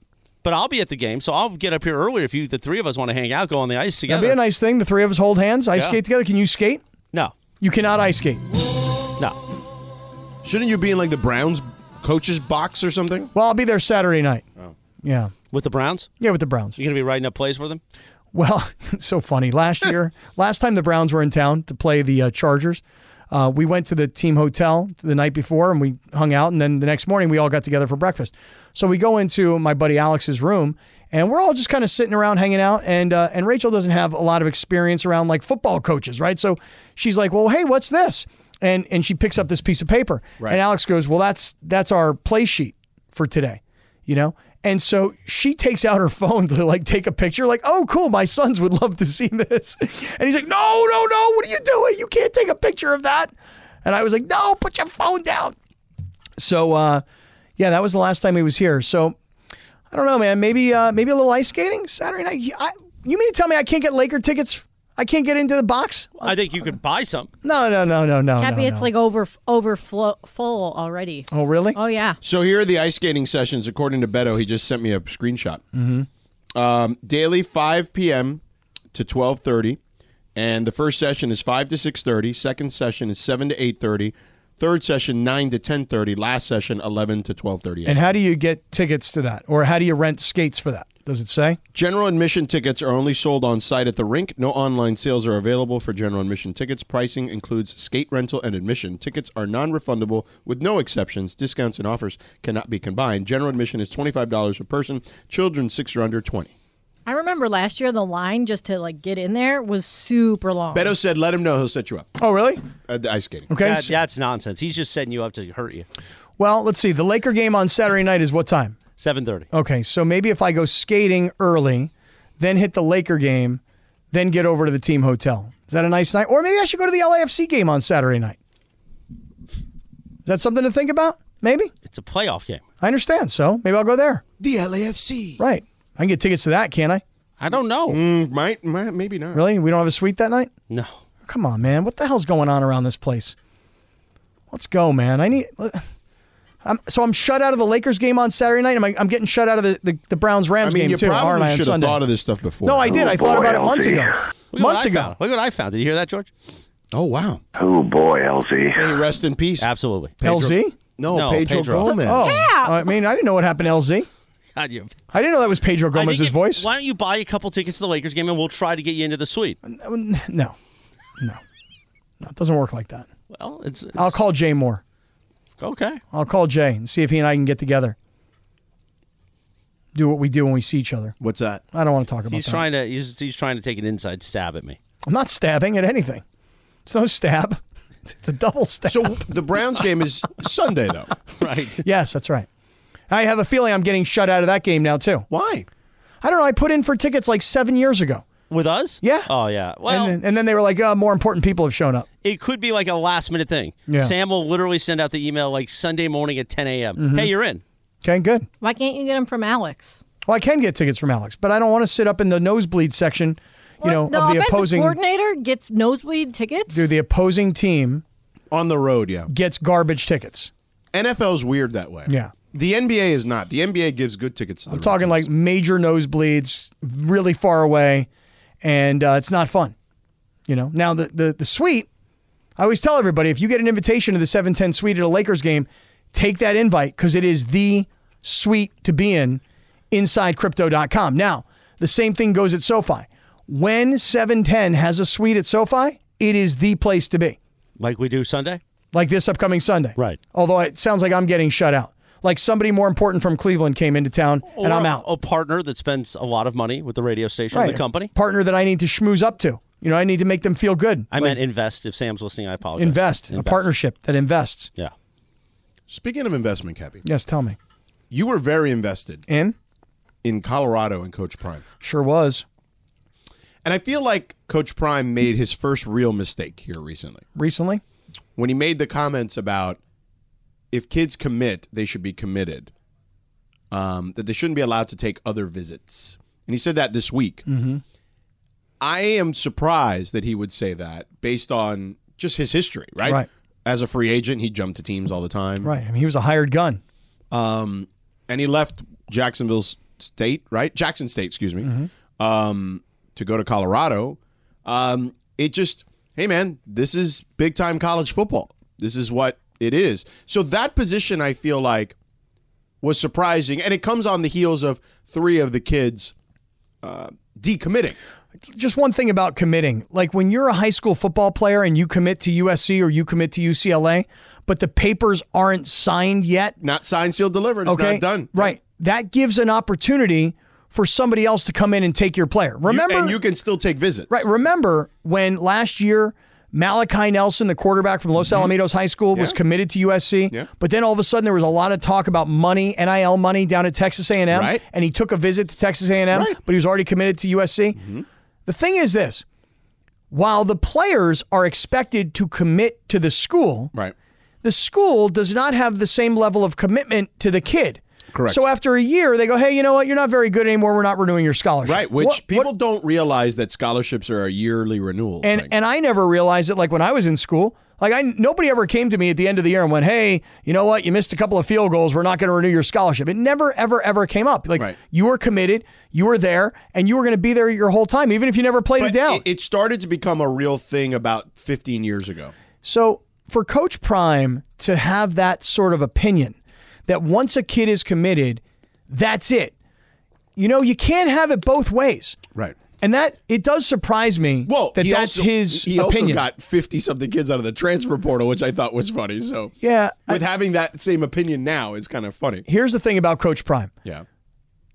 [SPEAKER 1] But I'll be at the game, so I'll get up here earlier if you, the three of us, want to hang out, go on the ice together.
[SPEAKER 4] That'd be a nice thing. The three of us hold hands, ice
[SPEAKER 1] Yeah.
[SPEAKER 4] skate together. Can you skate?
[SPEAKER 1] no,
[SPEAKER 4] You cannot ice skate.
[SPEAKER 1] no.
[SPEAKER 2] Shouldn't you be in like the Browns coach's box or something?
[SPEAKER 4] Well, I'll be there Saturday night. Yeah.
[SPEAKER 1] With the Browns?
[SPEAKER 4] Yeah, with the Browns.
[SPEAKER 1] You're going to be writing up plays for them?
[SPEAKER 4] Well, it's so funny. Last year, last time the Browns were in town to play the uh, Chargers, uh, we went to the team hotel the night before and we hung out. And then the next morning, we all got together for breakfast. So we go into my buddy Alex's room and we're all just kind of sitting around hanging out. And uh, and Rachel doesn't have a lot of experience around like football coaches, right? So she's like, "Well, hey, what's this?" And and she picks up this piece of paper. And Alex goes, "Well, that's that's our play sheet for today." you know? And so she takes out her phone to like take a picture, like, oh, cool, my sons would love to see this. And he's like, no, no, no, what are you doing? You can't take a picture of that. And I was like, no, put your phone down. So, uh, yeah, that was the last time he was here. So, I don't know, man. Maybe, uh, maybe a little ice skating Saturday night. I, you mean to tell me I can't get Laker tickets? I can't get into the box?
[SPEAKER 1] I think you could buy some.
[SPEAKER 4] No, no, no, no, no.
[SPEAKER 3] Happy
[SPEAKER 4] no,
[SPEAKER 3] it's
[SPEAKER 4] no.
[SPEAKER 3] like over overflow full already.
[SPEAKER 4] oh, really?
[SPEAKER 3] Oh, Oh yeah.
[SPEAKER 2] So here are the ice skating sessions. According to Beto, he just sent me a screenshot. Mm-hmm. Um, daily, 5 p.m. to 12:30, and the first session is 5 to 6:30. Second session is 7 to 8:30. Third session 9 to 10:30. Last session 11 to 12:30.
[SPEAKER 4] And how do you get tickets to that? Or how do you rent skates for that? Does it say?
[SPEAKER 2] General admission tickets are only sold on site at the rink. No online sales are available for general admission tickets. Pricing includes skate rental and admission. Tickets are non refundable with no exceptions. Discounts and offers cannot be combined. General admission is $25 per person. Children 6 or under 20.
[SPEAKER 3] I remember last year the line just to like get in there was super long.
[SPEAKER 2] Beto said, let him know. He'll set you up
[SPEAKER 4] Oh, really?
[SPEAKER 2] at the ice skating.
[SPEAKER 4] Okay.
[SPEAKER 1] That-
[SPEAKER 4] so-
[SPEAKER 1] that's nonsense. He's just setting you up to hurt you.
[SPEAKER 4] Well, let's see. The Laker game on Saturday night is what time?
[SPEAKER 1] Seven thirty.
[SPEAKER 4] Okay, so maybe if I go skating early, then hit the Laker game, then get over to the team hotel. Is that a nice night? Or maybe I should go to the LAFC game on Saturday night. Is that something to think about? Maybe.
[SPEAKER 1] It's a playoff game.
[SPEAKER 4] I understand. So maybe I'll go there.
[SPEAKER 2] The LAFC.
[SPEAKER 4] Right. I can get tickets to that, can't I?
[SPEAKER 1] I don't know.
[SPEAKER 4] Mm.
[SPEAKER 2] Might, might, maybe not.
[SPEAKER 4] Really? We don't have a suite that night?
[SPEAKER 1] No.
[SPEAKER 4] Come on, man. What the hell's going on around this place? Let's go, man. I need. I'm, so I'm shut out of the Lakers game on Saturday night. Am I, I'm getting shut out of the, the, the Browns
[SPEAKER 2] I
[SPEAKER 4] Rams
[SPEAKER 2] mean,
[SPEAKER 4] game
[SPEAKER 2] you
[SPEAKER 4] too. aren't
[SPEAKER 2] probably
[SPEAKER 4] I, on
[SPEAKER 2] should have
[SPEAKER 4] Sunday?
[SPEAKER 2] thought of this stuff before.
[SPEAKER 4] no, I did. I thought
[SPEAKER 7] boy,
[SPEAKER 4] about it months
[SPEAKER 7] LG.
[SPEAKER 4] ago.
[SPEAKER 1] Look at what
[SPEAKER 4] Months
[SPEAKER 1] I
[SPEAKER 4] ago.
[SPEAKER 1] found. Look what I found. Did you hear that, George?
[SPEAKER 2] Oh wow.
[SPEAKER 7] Oh boy, LZ.
[SPEAKER 2] Hey, rest in peace.
[SPEAKER 1] Absolutely.
[SPEAKER 2] Pedro-
[SPEAKER 4] LZ?
[SPEAKER 2] No,
[SPEAKER 1] No,
[SPEAKER 2] Pedro,
[SPEAKER 1] Pedro.
[SPEAKER 2] Gomez.
[SPEAKER 4] Oh, I mean, I didn't know what happened to LZ.
[SPEAKER 1] God, you.
[SPEAKER 4] I didn't know that was Pedro
[SPEAKER 1] I think
[SPEAKER 4] Gomez's
[SPEAKER 1] if-
[SPEAKER 4] voice.
[SPEAKER 1] Why don't you buy a couple tickets to the Lakers game and we'll try to get you into the suite?
[SPEAKER 4] No, no, no, it doesn't work like that.
[SPEAKER 1] Well, it's. it's-
[SPEAKER 4] I'll call Jay Moore.
[SPEAKER 1] Okay.
[SPEAKER 4] I'll call Jay and see if he and I can get together. Do what we do when we see each other.
[SPEAKER 2] What's that?
[SPEAKER 4] I don't want to talk about
[SPEAKER 1] He's
[SPEAKER 4] that.
[SPEAKER 1] trying to. He's, he's trying to take an inside stab at me.
[SPEAKER 4] I'm not stabbing at anything. It's no stab. It's a double stab.
[SPEAKER 2] So the Browns game is Sunday though.
[SPEAKER 1] Right.
[SPEAKER 4] yes, that's right. I have a feeling I'm getting shut out of that game now too.
[SPEAKER 2] Why?
[SPEAKER 4] I don't know. I put in for tickets like seven years ago.
[SPEAKER 1] With us?
[SPEAKER 4] Yeah.
[SPEAKER 1] Oh yeah. Well,
[SPEAKER 4] and, then, and then they were like, oh, more important people have shown up.
[SPEAKER 1] it could be like a last minute thing.
[SPEAKER 4] Yeah.
[SPEAKER 1] Sam will literally send out the email like Sunday morning at 10 a.m.
[SPEAKER 4] Mm-hmm.
[SPEAKER 1] Hey, you're in.
[SPEAKER 4] Okay, good.
[SPEAKER 3] Why can't you get them from Alex?
[SPEAKER 4] Well, I can get tickets from Alex, but I don't want to sit up in the nosebleed section, you know,
[SPEAKER 3] the
[SPEAKER 4] of the
[SPEAKER 3] offensive
[SPEAKER 4] opposing
[SPEAKER 3] coordinator gets nosebleed tickets.
[SPEAKER 4] dude, the opposing team
[SPEAKER 2] On the road, yeah.
[SPEAKER 4] gets garbage tickets.
[SPEAKER 2] NFL's weird that way.
[SPEAKER 4] Yeah.
[SPEAKER 2] The NBA is not. The NBA gives good tickets to the
[SPEAKER 4] I'm talking like major nosebleeds, really far away, and uh, it's not fun. You know. Now the, the the suite, I always tell everybody if you get an invitation to the 710 suite at a Lakers game, take that invite because it is the suite to be in inside crypto.com. Now, the same thing goes at SoFi. When 710 has a suite at SoFi, it is the place to be
[SPEAKER 1] Like we do Sunday.
[SPEAKER 4] like this upcoming Sunday.
[SPEAKER 1] Right.
[SPEAKER 4] Although it sounds like I'm getting shut out. Like somebody more important from Cleveland came into town and
[SPEAKER 1] Or
[SPEAKER 4] I'm out.
[SPEAKER 1] A partner that spends a lot of money with the radio station,
[SPEAKER 4] Right.
[SPEAKER 1] the company.
[SPEAKER 4] partner that I need to schmooze up to. You know, I need to make them feel good.
[SPEAKER 1] I meant invest. If Sam's listening, I apologize.
[SPEAKER 4] invest, a partnership that invests.
[SPEAKER 1] Yeah.
[SPEAKER 2] Speaking of investment, Cappy,
[SPEAKER 4] Yes, tell me.
[SPEAKER 2] you were very invested
[SPEAKER 4] In
[SPEAKER 2] in Colorado and Coach Prime.
[SPEAKER 4] sure was
[SPEAKER 2] And I feel like Coach Prime made his first real mistake here recently
[SPEAKER 4] recently.
[SPEAKER 2] when he made the comments about if kids commit, they should be committed, um, that they shouldn't be allowed to take other visits. And he said that this week. I am surprised that he would say that based on just his history, right?
[SPEAKER 4] Right.
[SPEAKER 2] As a free agent, he jumped to teams all the time.
[SPEAKER 4] Right. I mean, he was a hired gun.
[SPEAKER 2] Um, and he left Jacksonville State, right? Jackson State, excuse me, um, to go to Colorado. Um, it just, hey man, this is big time college football. This is what it is. So that position, I feel like, was surprising, and it comes on the heels of three of the kids uh, decommitting.
[SPEAKER 4] Just one thing about committing. Like when you're a high school football player and you commit to USC or you commit to UCLA, but the papers aren't signed yet,
[SPEAKER 2] Not signed, sealed, delivered. It's
[SPEAKER 4] okay?
[SPEAKER 2] not done.
[SPEAKER 4] Right. That gives an opportunity for somebody else to come in and take your player.
[SPEAKER 2] You-
[SPEAKER 4] Remember
[SPEAKER 2] and you can still take visits.
[SPEAKER 4] Right. Remember when last year Malachi Nelson, the quarterback from Los Alamitos High School, was committed to USC,
[SPEAKER 2] Mm-hmm. Yeah.
[SPEAKER 4] but then all of a sudden there was a lot of talk about money, NIL money down at Texas A&M,
[SPEAKER 2] Right.
[SPEAKER 4] and he took a visit to Texas A&M, but he was already committed to USC.
[SPEAKER 2] Mm-hmm.
[SPEAKER 4] The thing is this, while the players are expected to commit to the school,
[SPEAKER 2] Right.
[SPEAKER 4] the school does not have the same level of commitment to the kid.
[SPEAKER 2] Correct.
[SPEAKER 4] So after a year, they go, "Hey, you know what? You're not very good anymore. We're not renewing your scholarship."
[SPEAKER 2] Right, which
[SPEAKER 4] What- what-
[SPEAKER 2] people don't realize that scholarships are a yearly renewal.
[SPEAKER 4] and
[SPEAKER 2] thing.
[SPEAKER 4] and I never realized it. Like when I was in school, like I nobody ever came to me at the end of the year and went, "Hey, you know what? You missed a couple of field goals. We're not going to renew your scholarship." It never, ever, ever came up. Like
[SPEAKER 2] Right.
[SPEAKER 4] you were committed, you were there, and you were going to be there your whole time, even if you never played
[SPEAKER 2] But
[SPEAKER 4] it down.
[SPEAKER 2] It, it started to become a real thing about 15 years ago.
[SPEAKER 4] So for Coach Prime to have that sort of opinion that once a kid is committed, that's it. You know, you can't have it both ways.
[SPEAKER 2] Right.
[SPEAKER 4] And that it does surprise me
[SPEAKER 2] Well,
[SPEAKER 4] that
[SPEAKER 2] he
[SPEAKER 4] that's
[SPEAKER 2] also-
[SPEAKER 4] his
[SPEAKER 2] He
[SPEAKER 4] opinion.
[SPEAKER 2] also got 50 something kids out of the transfer portal, which I thought was funny. So
[SPEAKER 4] yeah. I-
[SPEAKER 2] with having that same opinion now is kind of funny.
[SPEAKER 4] here's the thing about Coach Prime.
[SPEAKER 2] Yeah.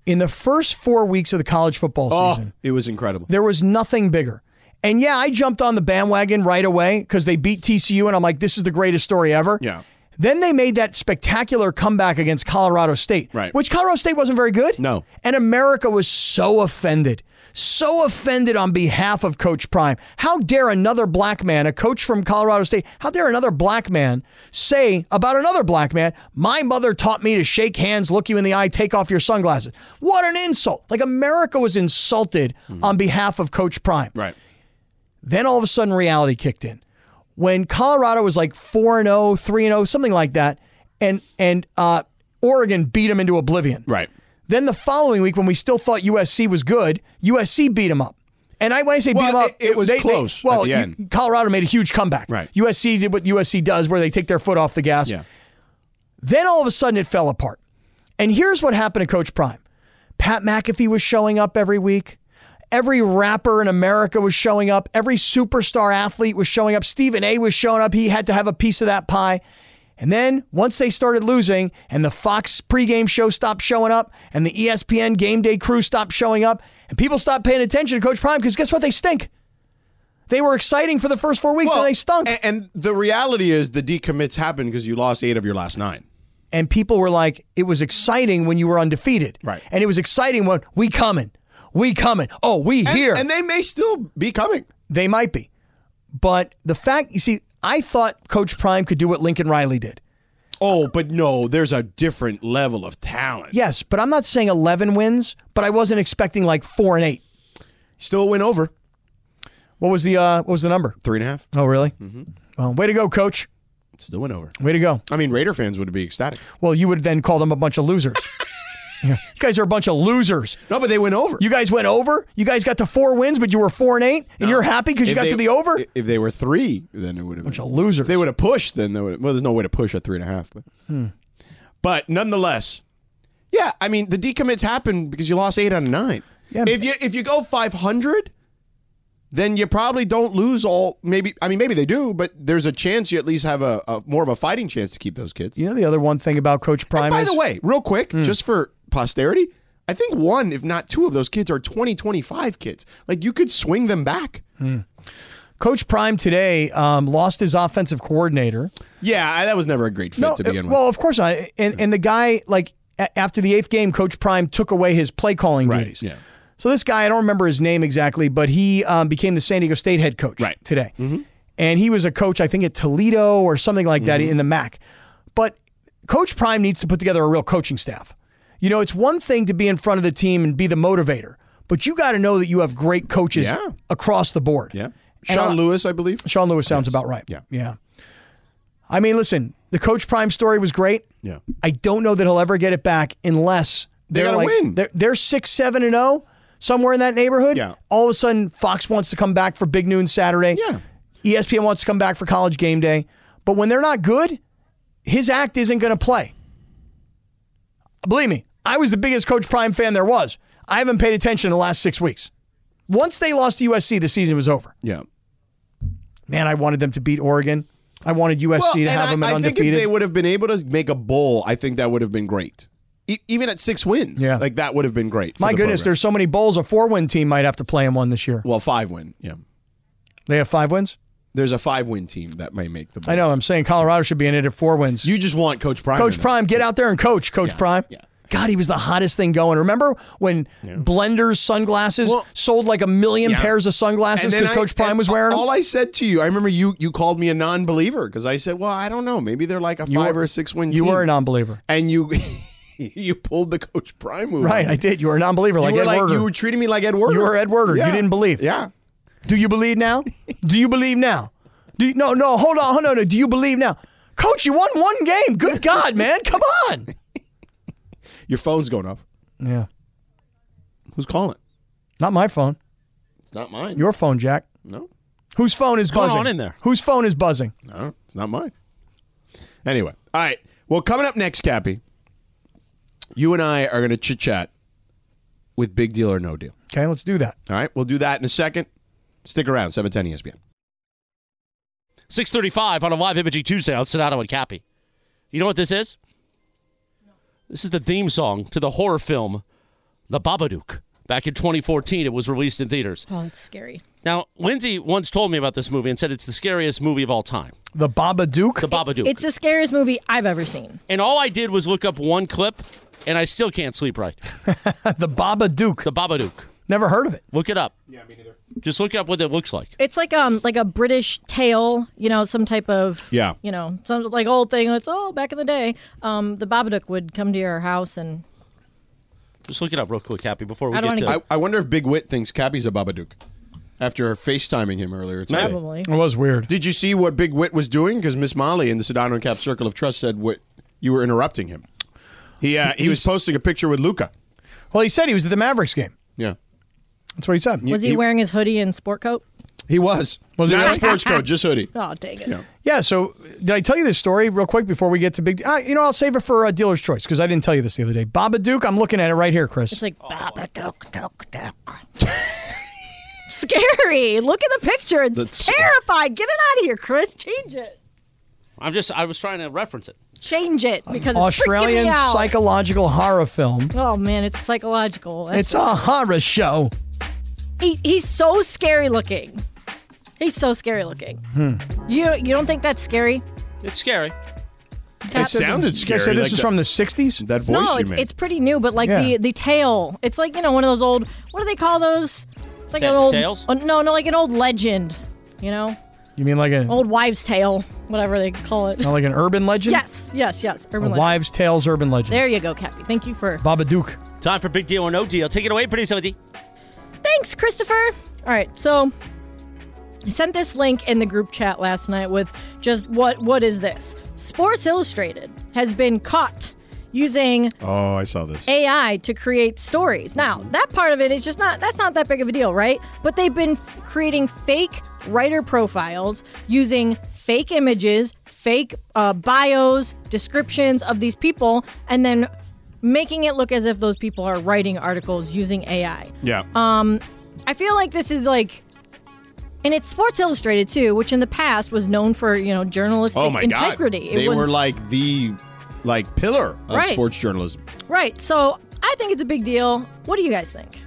[SPEAKER 4] in the first four weeks of the college football
[SPEAKER 2] Oh,
[SPEAKER 4] season,
[SPEAKER 2] it was incredible.
[SPEAKER 4] there was nothing bigger. And yeah, I jumped on the bandwagon right away because they beat TCU, and I'm like, this is the greatest story ever.
[SPEAKER 2] Yeah.
[SPEAKER 4] Then they made that spectacular comeback against Colorado State,
[SPEAKER 2] Right.
[SPEAKER 4] which Colorado State wasn't very good.
[SPEAKER 2] No.
[SPEAKER 4] And America was so offended, so offended on behalf of Coach Prime. How dare another black man, a coach from Colorado State, how dare another black man say about another black man, my mother taught me to shake hands, look you in the eye, take off your sunglasses? What an insult. Like America was insulted
[SPEAKER 2] Hmm.
[SPEAKER 4] on behalf of Coach Prime.
[SPEAKER 2] Right.
[SPEAKER 4] Then all of a sudden reality kicked in. When Colorado was like 4 and 0, 3 and 0, something like that, and and uh, Oregon beat them into oblivion.
[SPEAKER 2] Right.
[SPEAKER 4] Then the following week when we still thought USC was good, USC beat them up. And I when I say beat
[SPEAKER 2] Well,
[SPEAKER 4] them up,
[SPEAKER 2] it- it was close
[SPEAKER 4] well,
[SPEAKER 2] at the
[SPEAKER 4] you-
[SPEAKER 2] end.
[SPEAKER 4] Colorado made a huge comeback.
[SPEAKER 2] Right.
[SPEAKER 4] USC did what USC does where they take their foot off the gas.
[SPEAKER 2] Yeah.
[SPEAKER 4] Then all of a sudden it fell apart. And here's what happened to Coach Prime Pat McAfee was showing up every week. Every rapper in America was showing up. Every superstar athlete was showing up. Stephen A was showing up. He had to have a piece of that pie. And then once they started losing and the Fox pregame show stopped showing up and the E ESPN game day crew stopped showing up and people stopped paying attention to Coach Prime because guess what? They stink. They were exciting for the first four weeks
[SPEAKER 2] Well,
[SPEAKER 4] and they stunk.
[SPEAKER 2] And, and the reality is the decommits happened because you lost eight of your last nine.
[SPEAKER 4] and people were like, it was exciting when you were undefeated,
[SPEAKER 2] Right.
[SPEAKER 4] And it was exciting when we coming, we coming. Oh, we
[SPEAKER 2] And-
[SPEAKER 4] here.
[SPEAKER 2] And they may still be coming.
[SPEAKER 4] they might be, but the fact you see, I thought Coach Prime could do what Lincoln Riley did.
[SPEAKER 2] Oh, but no, there's a different level of talent.
[SPEAKER 4] Yes, but I'm not saying 11 wins, but I wasn't expecting like four and eight.
[SPEAKER 2] Still went over.
[SPEAKER 4] What was the uh, what was the number?
[SPEAKER 2] Three and a half.
[SPEAKER 4] Oh, really? Mm-hmm. Well, way to go, Coach.
[SPEAKER 2] Still went over.
[SPEAKER 4] Way to go.
[SPEAKER 2] I mean, Raider fans would be ecstatic.
[SPEAKER 4] Well, you would then call them a bunch of losers. Yeah. You guys are a bunch of losers.
[SPEAKER 2] No, but they went over.
[SPEAKER 4] You guys went over. You guys got to four wins, but you were four and eight, and you're happy because you
[SPEAKER 2] If
[SPEAKER 4] got
[SPEAKER 2] they-
[SPEAKER 4] to the over.
[SPEAKER 2] If they were three, then it would have been.
[SPEAKER 4] bunch of losers.
[SPEAKER 2] If they would have pushed, then there would. Well, there's no way to push at three and a half. But,
[SPEAKER 4] Hmm.
[SPEAKER 2] but nonetheless, yeah. I mean, the decommits happened because you lost eight out of nine.
[SPEAKER 4] Yeah.
[SPEAKER 2] If you if you go 500, then you probably don't lose all. Maybe I mean maybe they do, but there's a chance you at least have a, a more of a fighting chance to keep those kids.
[SPEAKER 4] You know Hmm. the other one thing about Coach Prime
[SPEAKER 2] And by
[SPEAKER 4] is
[SPEAKER 2] the way, real quick, just for posterity, I think one, if not two, of those kids are 20, 25 kids. Like you could swing them back.
[SPEAKER 4] Coach Prime today um, lost his offensive coordinator.
[SPEAKER 2] Yeah, I, that was never a great fit to
[SPEAKER 4] uh,
[SPEAKER 2] begin with.
[SPEAKER 4] well, of course not. And and the guy like a- after the eighth game, Coach Prime took away his play calling duties.
[SPEAKER 2] yeah.
[SPEAKER 4] So this guy, I don't remember his name exactly, but he um, became the San Diego State head coach
[SPEAKER 2] Right.
[SPEAKER 4] today,
[SPEAKER 2] Mm-hmm.
[SPEAKER 4] and he was a coach, I think, at Toledo or something like that
[SPEAKER 2] Mm-hmm.
[SPEAKER 4] in the MAC. But Coach Prime needs to put together a real coaching staff. You know, it's one thing to be in front of the team and be the motivator, but you got to know that you have great coaches
[SPEAKER 2] Yeah.
[SPEAKER 4] across the board.
[SPEAKER 2] Yeah.
[SPEAKER 4] And
[SPEAKER 2] Sean
[SPEAKER 4] I-
[SPEAKER 2] Lewis, I believe.
[SPEAKER 4] Sean Lewis sounds about right.
[SPEAKER 2] Yeah.
[SPEAKER 4] Yeah. I mean, listen, the Coach Prime story was great.
[SPEAKER 2] Yeah.
[SPEAKER 4] I don't know that he'll ever get it back unless
[SPEAKER 2] They
[SPEAKER 4] are
[SPEAKER 2] gotta
[SPEAKER 4] like,
[SPEAKER 2] win.
[SPEAKER 4] They're, they're six, seven, and zero somewhere in that neighborhood.
[SPEAKER 2] Yeah.
[SPEAKER 4] All of a sudden, Fox wants to come back for Big Noon Saturday. E
[SPEAKER 2] Yeah.
[SPEAKER 4] ESPN wants to come back for College Game Day. But when they're not good, his act isn't going to play. Believe me, I was the biggest Coach Prime fan there was. I haven't paid attention in the last six weeks. Once they lost to USC, the season was over
[SPEAKER 2] Yeah.
[SPEAKER 4] man, I wanted them to beat Oregon. I wanted USC to have
[SPEAKER 2] I,
[SPEAKER 4] them at
[SPEAKER 2] I think
[SPEAKER 4] undefeated.
[SPEAKER 2] if they would have been able to make a bowl, I think that would have been great. E- even at six wins,
[SPEAKER 4] Yeah.
[SPEAKER 2] like that would have been great. for
[SPEAKER 4] My
[SPEAKER 2] the
[SPEAKER 4] goodness,
[SPEAKER 2] program.
[SPEAKER 4] there's so many bowls. A four-win team might have to play in one this year.
[SPEAKER 2] well five win. Yeah,
[SPEAKER 4] They have five wins.
[SPEAKER 2] there's a five win team that may make the. Bowl.
[SPEAKER 4] I know. I'm saying Colorado should be in it at four wins.
[SPEAKER 2] You just want Coach Prime.
[SPEAKER 4] Coach
[SPEAKER 2] in it.
[SPEAKER 4] Prime, get out there and coach, Coach Prime.
[SPEAKER 2] yeah.
[SPEAKER 4] God, he was the hottest thing going. Remember when Blender's sunglasses
[SPEAKER 2] Well-
[SPEAKER 4] sold like a million
[SPEAKER 2] Yeah.
[SPEAKER 4] pairs of sunglasses
[SPEAKER 2] then
[SPEAKER 4] because
[SPEAKER 2] I-
[SPEAKER 4] Coach Prime
[SPEAKER 2] and
[SPEAKER 4] was wearing them?
[SPEAKER 2] All I said to you, I remember you you called me a non-believer because I said, well, I don't know, maybe they're like a
[SPEAKER 4] You
[SPEAKER 2] five
[SPEAKER 4] were-
[SPEAKER 2] or a six win.
[SPEAKER 4] you
[SPEAKER 2] team.
[SPEAKER 4] were a non-believer,
[SPEAKER 2] and you you pulled the Coach Prime move.
[SPEAKER 4] right? I did. You were a non-believer,
[SPEAKER 2] You
[SPEAKER 4] like
[SPEAKER 2] were
[SPEAKER 4] Ed
[SPEAKER 2] like
[SPEAKER 4] Werder.
[SPEAKER 2] you were treating me like Ed Werder.
[SPEAKER 4] You were Ed Werder. You didn't believe.
[SPEAKER 2] Yeah.
[SPEAKER 4] Do you believe now? Do you believe now? Do you, no, no, hold on, hold on. No, do you believe now? Coach, you won one game. Good God, man. Come on.
[SPEAKER 2] Your phone's going off.
[SPEAKER 4] Yeah.
[SPEAKER 2] Who's calling?
[SPEAKER 4] Not my phone.
[SPEAKER 2] It's not mine.
[SPEAKER 4] Your phone, Jack.
[SPEAKER 2] no.
[SPEAKER 4] Whose phone is
[SPEAKER 1] going
[SPEAKER 4] buzzing?
[SPEAKER 1] on in there?
[SPEAKER 4] Whose phone is buzzing?
[SPEAKER 2] No, it's not mine. Anyway, all right. Well, coming up next, Cappy, you and I are going to chit chat with Big Deal or No Deal.
[SPEAKER 4] Okay, let's do that.
[SPEAKER 2] All right, we'll do that in a second. Stick around, E 710 ESPN.
[SPEAKER 1] 635 on a live imaging Tuesday on Sonato and Cappy. You know what this is? This is the theme song to the horror film The Babadook. Back in 2014, it was released in theaters.
[SPEAKER 3] Oh, it's scary.
[SPEAKER 1] Now, Lindsay once told me about this movie and said it's the scariest movie of all time,
[SPEAKER 4] The Baba Duke.
[SPEAKER 1] The Babadook.
[SPEAKER 3] It's the scariest movie I've ever seen.
[SPEAKER 1] and all I did was look up one clip, and I still can't sleep right.
[SPEAKER 4] the Baba Duke.
[SPEAKER 1] The Babadook.
[SPEAKER 4] Never heard of it.
[SPEAKER 1] Look it up. Yeah, me neither. Just look up what it looks like.
[SPEAKER 3] It's like um like a British tale, you know, some type of
[SPEAKER 2] Yeah.
[SPEAKER 3] you know, some like old thing. It's oh back in the day, um, the Babadook would come to your house and
[SPEAKER 1] Just look it up real quick, Happy, before we
[SPEAKER 3] I don't
[SPEAKER 1] get to.
[SPEAKER 3] wanna
[SPEAKER 2] I, I wonder if Big Wit thinks Cappy's a Babadook after FaceTiming him earlier today.
[SPEAKER 3] probably
[SPEAKER 4] It was weird.
[SPEAKER 2] Did you see what Big Wit was doing? Because Miss Molly in the Sedano and Cap Circle of Trust said what you were interrupting him. He uh, he was posting a picture with Luca.
[SPEAKER 4] Well, he said he was at the Mavericks game.
[SPEAKER 2] Yeah,
[SPEAKER 4] That's what he said.
[SPEAKER 3] was he,
[SPEAKER 2] he-
[SPEAKER 3] wearing his hoodie and sport coat?
[SPEAKER 2] he was.
[SPEAKER 4] Was he
[SPEAKER 2] not
[SPEAKER 4] really?
[SPEAKER 2] a sports coat, just hoodie.
[SPEAKER 3] Oh dang it!
[SPEAKER 4] Yeah. So did I tell you this story real quick before we get to big? Uh, you know, I'll save it for uh, dealer's choice because I didn't tell you this the other day. Baba Duke. I'm looking at it right here, Chris.
[SPEAKER 3] It's like Babadook, Duck, Duck. Scary. Look at the picture. It's
[SPEAKER 2] That's-
[SPEAKER 3] terrified. Get it out of here, Chris. Change it.
[SPEAKER 1] I'm just. I was trying to reference it.
[SPEAKER 3] Change it because it's freaking me
[SPEAKER 4] Australian
[SPEAKER 3] out.
[SPEAKER 4] psychological horror film.
[SPEAKER 3] Oh man, it's psychological. That's
[SPEAKER 4] It's a horror show.
[SPEAKER 3] He, he's so scary looking. He's so scary looking. You you don't think that's scary?
[SPEAKER 1] It's scary.
[SPEAKER 2] It sounded
[SPEAKER 4] Yeah,
[SPEAKER 2] scary.
[SPEAKER 4] so this
[SPEAKER 2] like
[SPEAKER 4] is
[SPEAKER 2] that-
[SPEAKER 4] from the '60s.
[SPEAKER 2] that voice
[SPEAKER 3] No,
[SPEAKER 2] you
[SPEAKER 3] it's,
[SPEAKER 2] made.
[SPEAKER 3] it's pretty new, but like
[SPEAKER 4] Yeah.
[SPEAKER 3] the the tail. It's like you know one of those old. What do they call those? It's like
[SPEAKER 1] Ta-
[SPEAKER 3] an old
[SPEAKER 1] tales?
[SPEAKER 3] uh, no, no, like an old legend. You know,
[SPEAKER 4] You mean like a
[SPEAKER 3] old wives' tale, whatever they call it.
[SPEAKER 4] not like an urban legend?
[SPEAKER 3] Yes, yes, yes.
[SPEAKER 4] A
[SPEAKER 3] Urban legend.
[SPEAKER 4] wives' tales, urban legend.
[SPEAKER 3] There you go, Cappy. Thank you for.
[SPEAKER 4] Baba Duke.
[SPEAKER 1] Time for big deal or no deal. Take it away, pretty seventy.
[SPEAKER 3] Thanks, Christopher. All right, so I sent this link in the group chat last night with just what what is this? Sports Illustrated has been caught using
[SPEAKER 2] oh, I saw this.
[SPEAKER 3] AI to create stories. Now, that part of it is just not that's not that big of a deal, right? But they've been f- creating fake writer profiles using fake images, fake uh, bios, descriptions of these people and then making it look as if those people are writing articles using AI.
[SPEAKER 2] yeah.
[SPEAKER 3] Um, I feel like this is like, and it's Sports Illustrated too, which in the past was known for you know journalistic
[SPEAKER 2] oh my
[SPEAKER 3] integrity.
[SPEAKER 2] god.
[SPEAKER 3] It
[SPEAKER 2] They
[SPEAKER 3] was,
[SPEAKER 2] were like the like pillar of
[SPEAKER 3] Right.
[SPEAKER 2] sports journalism.
[SPEAKER 3] right. So I think it's a big deal. What do you guys think?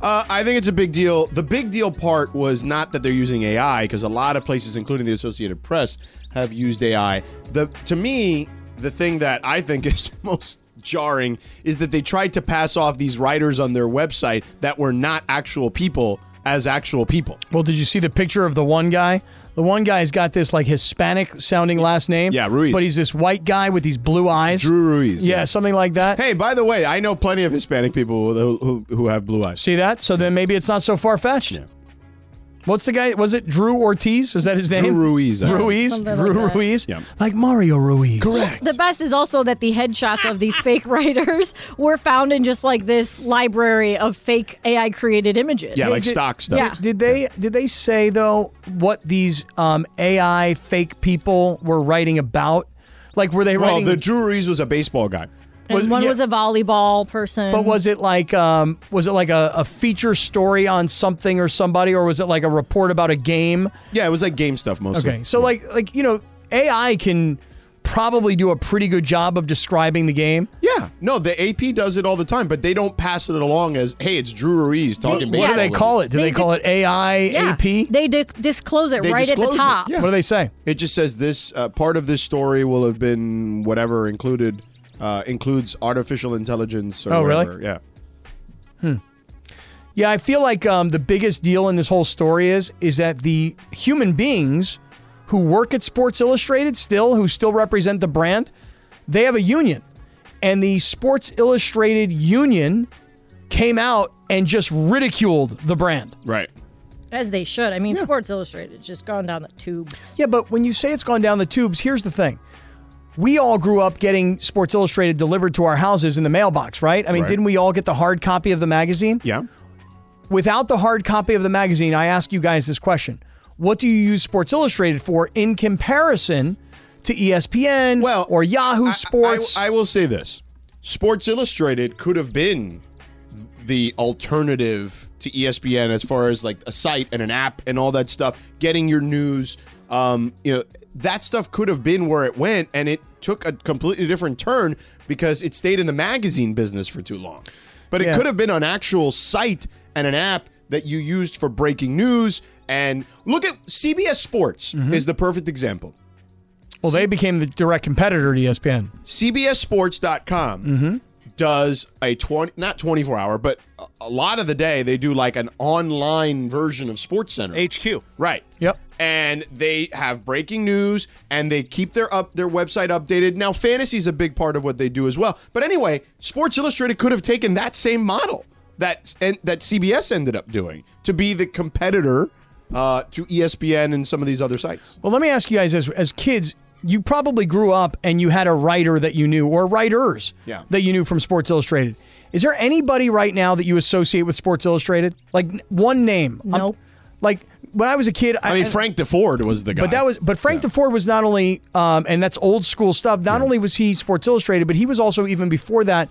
[SPEAKER 2] Uh, I think it's a big deal. The big deal part was not that they're using AI because a lot of places, including the Associated Press, have used AI. The to me, the thing that I think is most jarring is that they tried to pass off these writers on their website that were not actual people as actual people.
[SPEAKER 4] Well, did you see the picture of the one guy? The one guy's got this like Hispanic sounding last name.
[SPEAKER 2] Yeah, Ruiz.
[SPEAKER 4] But he's this white guy with these blue eyes.
[SPEAKER 2] Drew Ruiz.
[SPEAKER 4] Yeah, something like that.
[SPEAKER 2] Hey, by the way, I know plenty of Hispanic people who who, who have blue eyes.
[SPEAKER 4] See that? So then maybe it's not so far fetched. What's the guy? Was it Drew Ortiz? Was that his name?
[SPEAKER 2] Drew Ruiz. uh, I think.
[SPEAKER 4] Ruiz.
[SPEAKER 3] Something
[SPEAKER 4] Drew
[SPEAKER 3] like that.
[SPEAKER 4] Ruiz.
[SPEAKER 2] Yeah.
[SPEAKER 4] Like Mario Ruiz. Correct.
[SPEAKER 3] The best is also that the headshots of these fake writers were found in just like this library of fake AI created images.
[SPEAKER 2] Yeah, like
[SPEAKER 4] did-
[SPEAKER 2] stock stuff.
[SPEAKER 3] yeah.
[SPEAKER 4] Did they did they say though what these um, AI fake people were writing about? Like were they
[SPEAKER 2] Well,
[SPEAKER 4] writing?
[SPEAKER 2] the Drew Ruiz was a baseball guy.
[SPEAKER 3] and
[SPEAKER 4] was-
[SPEAKER 3] one
[SPEAKER 4] yeah.
[SPEAKER 3] was a volleyball person.
[SPEAKER 4] but was it like um, was it like a, a feature story on something or somebody, or was it like a report about a game?
[SPEAKER 2] Yeah, it was like game stuff mostly.
[SPEAKER 4] Okay, so like like you know AI can probably do a pretty good job of describing the game.
[SPEAKER 2] Yeah, no, the AP does it all the time, but they don't pass it along as, "Hey, it's Drew Ruiz talking
[SPEAKER 3] They-
[SPEAKER 2] baseball."
[SPEAKER 3] yeah.
[SPEAKER 4] What do they call it? Do
[SPEAKER 3] They
[SPEAKER 4] they, call it AI
[SPEAKER 3] yeah,
[SPEAKER 4] AP?
[SPEAKER 3] They di- disclose it
[SPEAKER 2] They
[SPEAKER 3] right at the
[SPEAKER 2] disclose it,
[SPEAKER 3] top.
[SPEAKER 2] yeah.
[SPEAKER 4] What do they say?
[SPEAKER 2] It just says this uh, part of this story will have been whatever included uh, includes artificial intelligence. Or
[SPEAKER 4] Oh, really?
[SPEAKER 2] whatever. Yeah.
[SPEAKER 4] Yeah, I feel like um, the biggest deal in this whole story is is that the human beings who work at Sports Illustrated still, who still represent the brand, they have a union, and the Sports Illustrated union came out and just ridiculed the brand.
[SPEAKER 2] Right.
[SPEAKER 3] As they should. I mean, Sports Illustrated just gone down the tubes.
[SPEAKER 4] Yeah, but when you say it's gone down the tubes, here's the thing. We all grew up getting Sports Illustrated delivered to our houses in the mailbox, right? I mean,
[SPEAKER 2] Right.
[SPEAKER 4] didn't we all get the hard copy of the magazine?
[SPEAKER 2] Yeah.
[SPEAKER 4] without the hard copy of the magazine, I ask you guys this question. What do you use Sports Illustrated for in comparison to E ESPN
[SPEAKER 2] Well,
[SPEAKER 4] or Yahoo Sports?
[SPEAKER 2] I, I will say this: Sports Illustrated could have been the alternative to E ESPN as far as like a site and an app and all that stuff. Getting your news, um, you know, that stuff could have been where it went, and it took a completely different turn because it stayed in the magazine business for too long. But it
[SPEAKER 4] Yeah.
[SPEAKER 2] could have been an actual site and an app that you used for breaking news. And look at CBS Sports
[SPEAKER 4] Mm-hmm.
[SPEAKER 2] is the perfect example.
[SPEAKER 4] Well, they became the direct competitor to E ESPN.
[SPEAKER 2] CBSSports.com
[SPEAKER 4] Mm-hmm.
[SPEAKER 2] does a 20, not 24 hour, but a- a lot of the day they do like an online version of Sports Center.
[SPEAKER 1] HQ.
[SPEAKER 2] Right.
[SPEAKER 4] Yep.
[SPEAKER 2] And they have breaking news and they keep their up their website updated. Now fantasy is a big part of what they do as well. But anyway, Sports Illustrated could have taken that same model that and that CBS ended up doing to be the competitor uh, to ESPN and some of these other sites.
[SPEAKER 4] Well, let me ask you guys this: as kids, you probably grew up and you had a writer that you knew, or writers
[SPEAKER 2] Yeah.
[SPEAKER 4] that you knew from Sports Illustrated. Is there anybody right now that you associate with Sports Illustrated? Like n- one name? I'm-
[SPEAKER 3] Nope.
[SPEAKER 4] Like when I was a kid,
[SPEAKER 2] I mean, Frank DeFord was the guy.
[SPEAKER 4] But that was but Frank DeFord was not only um, and that's old school stuff. Not only was he Sports Illustrated, but he was also even before that.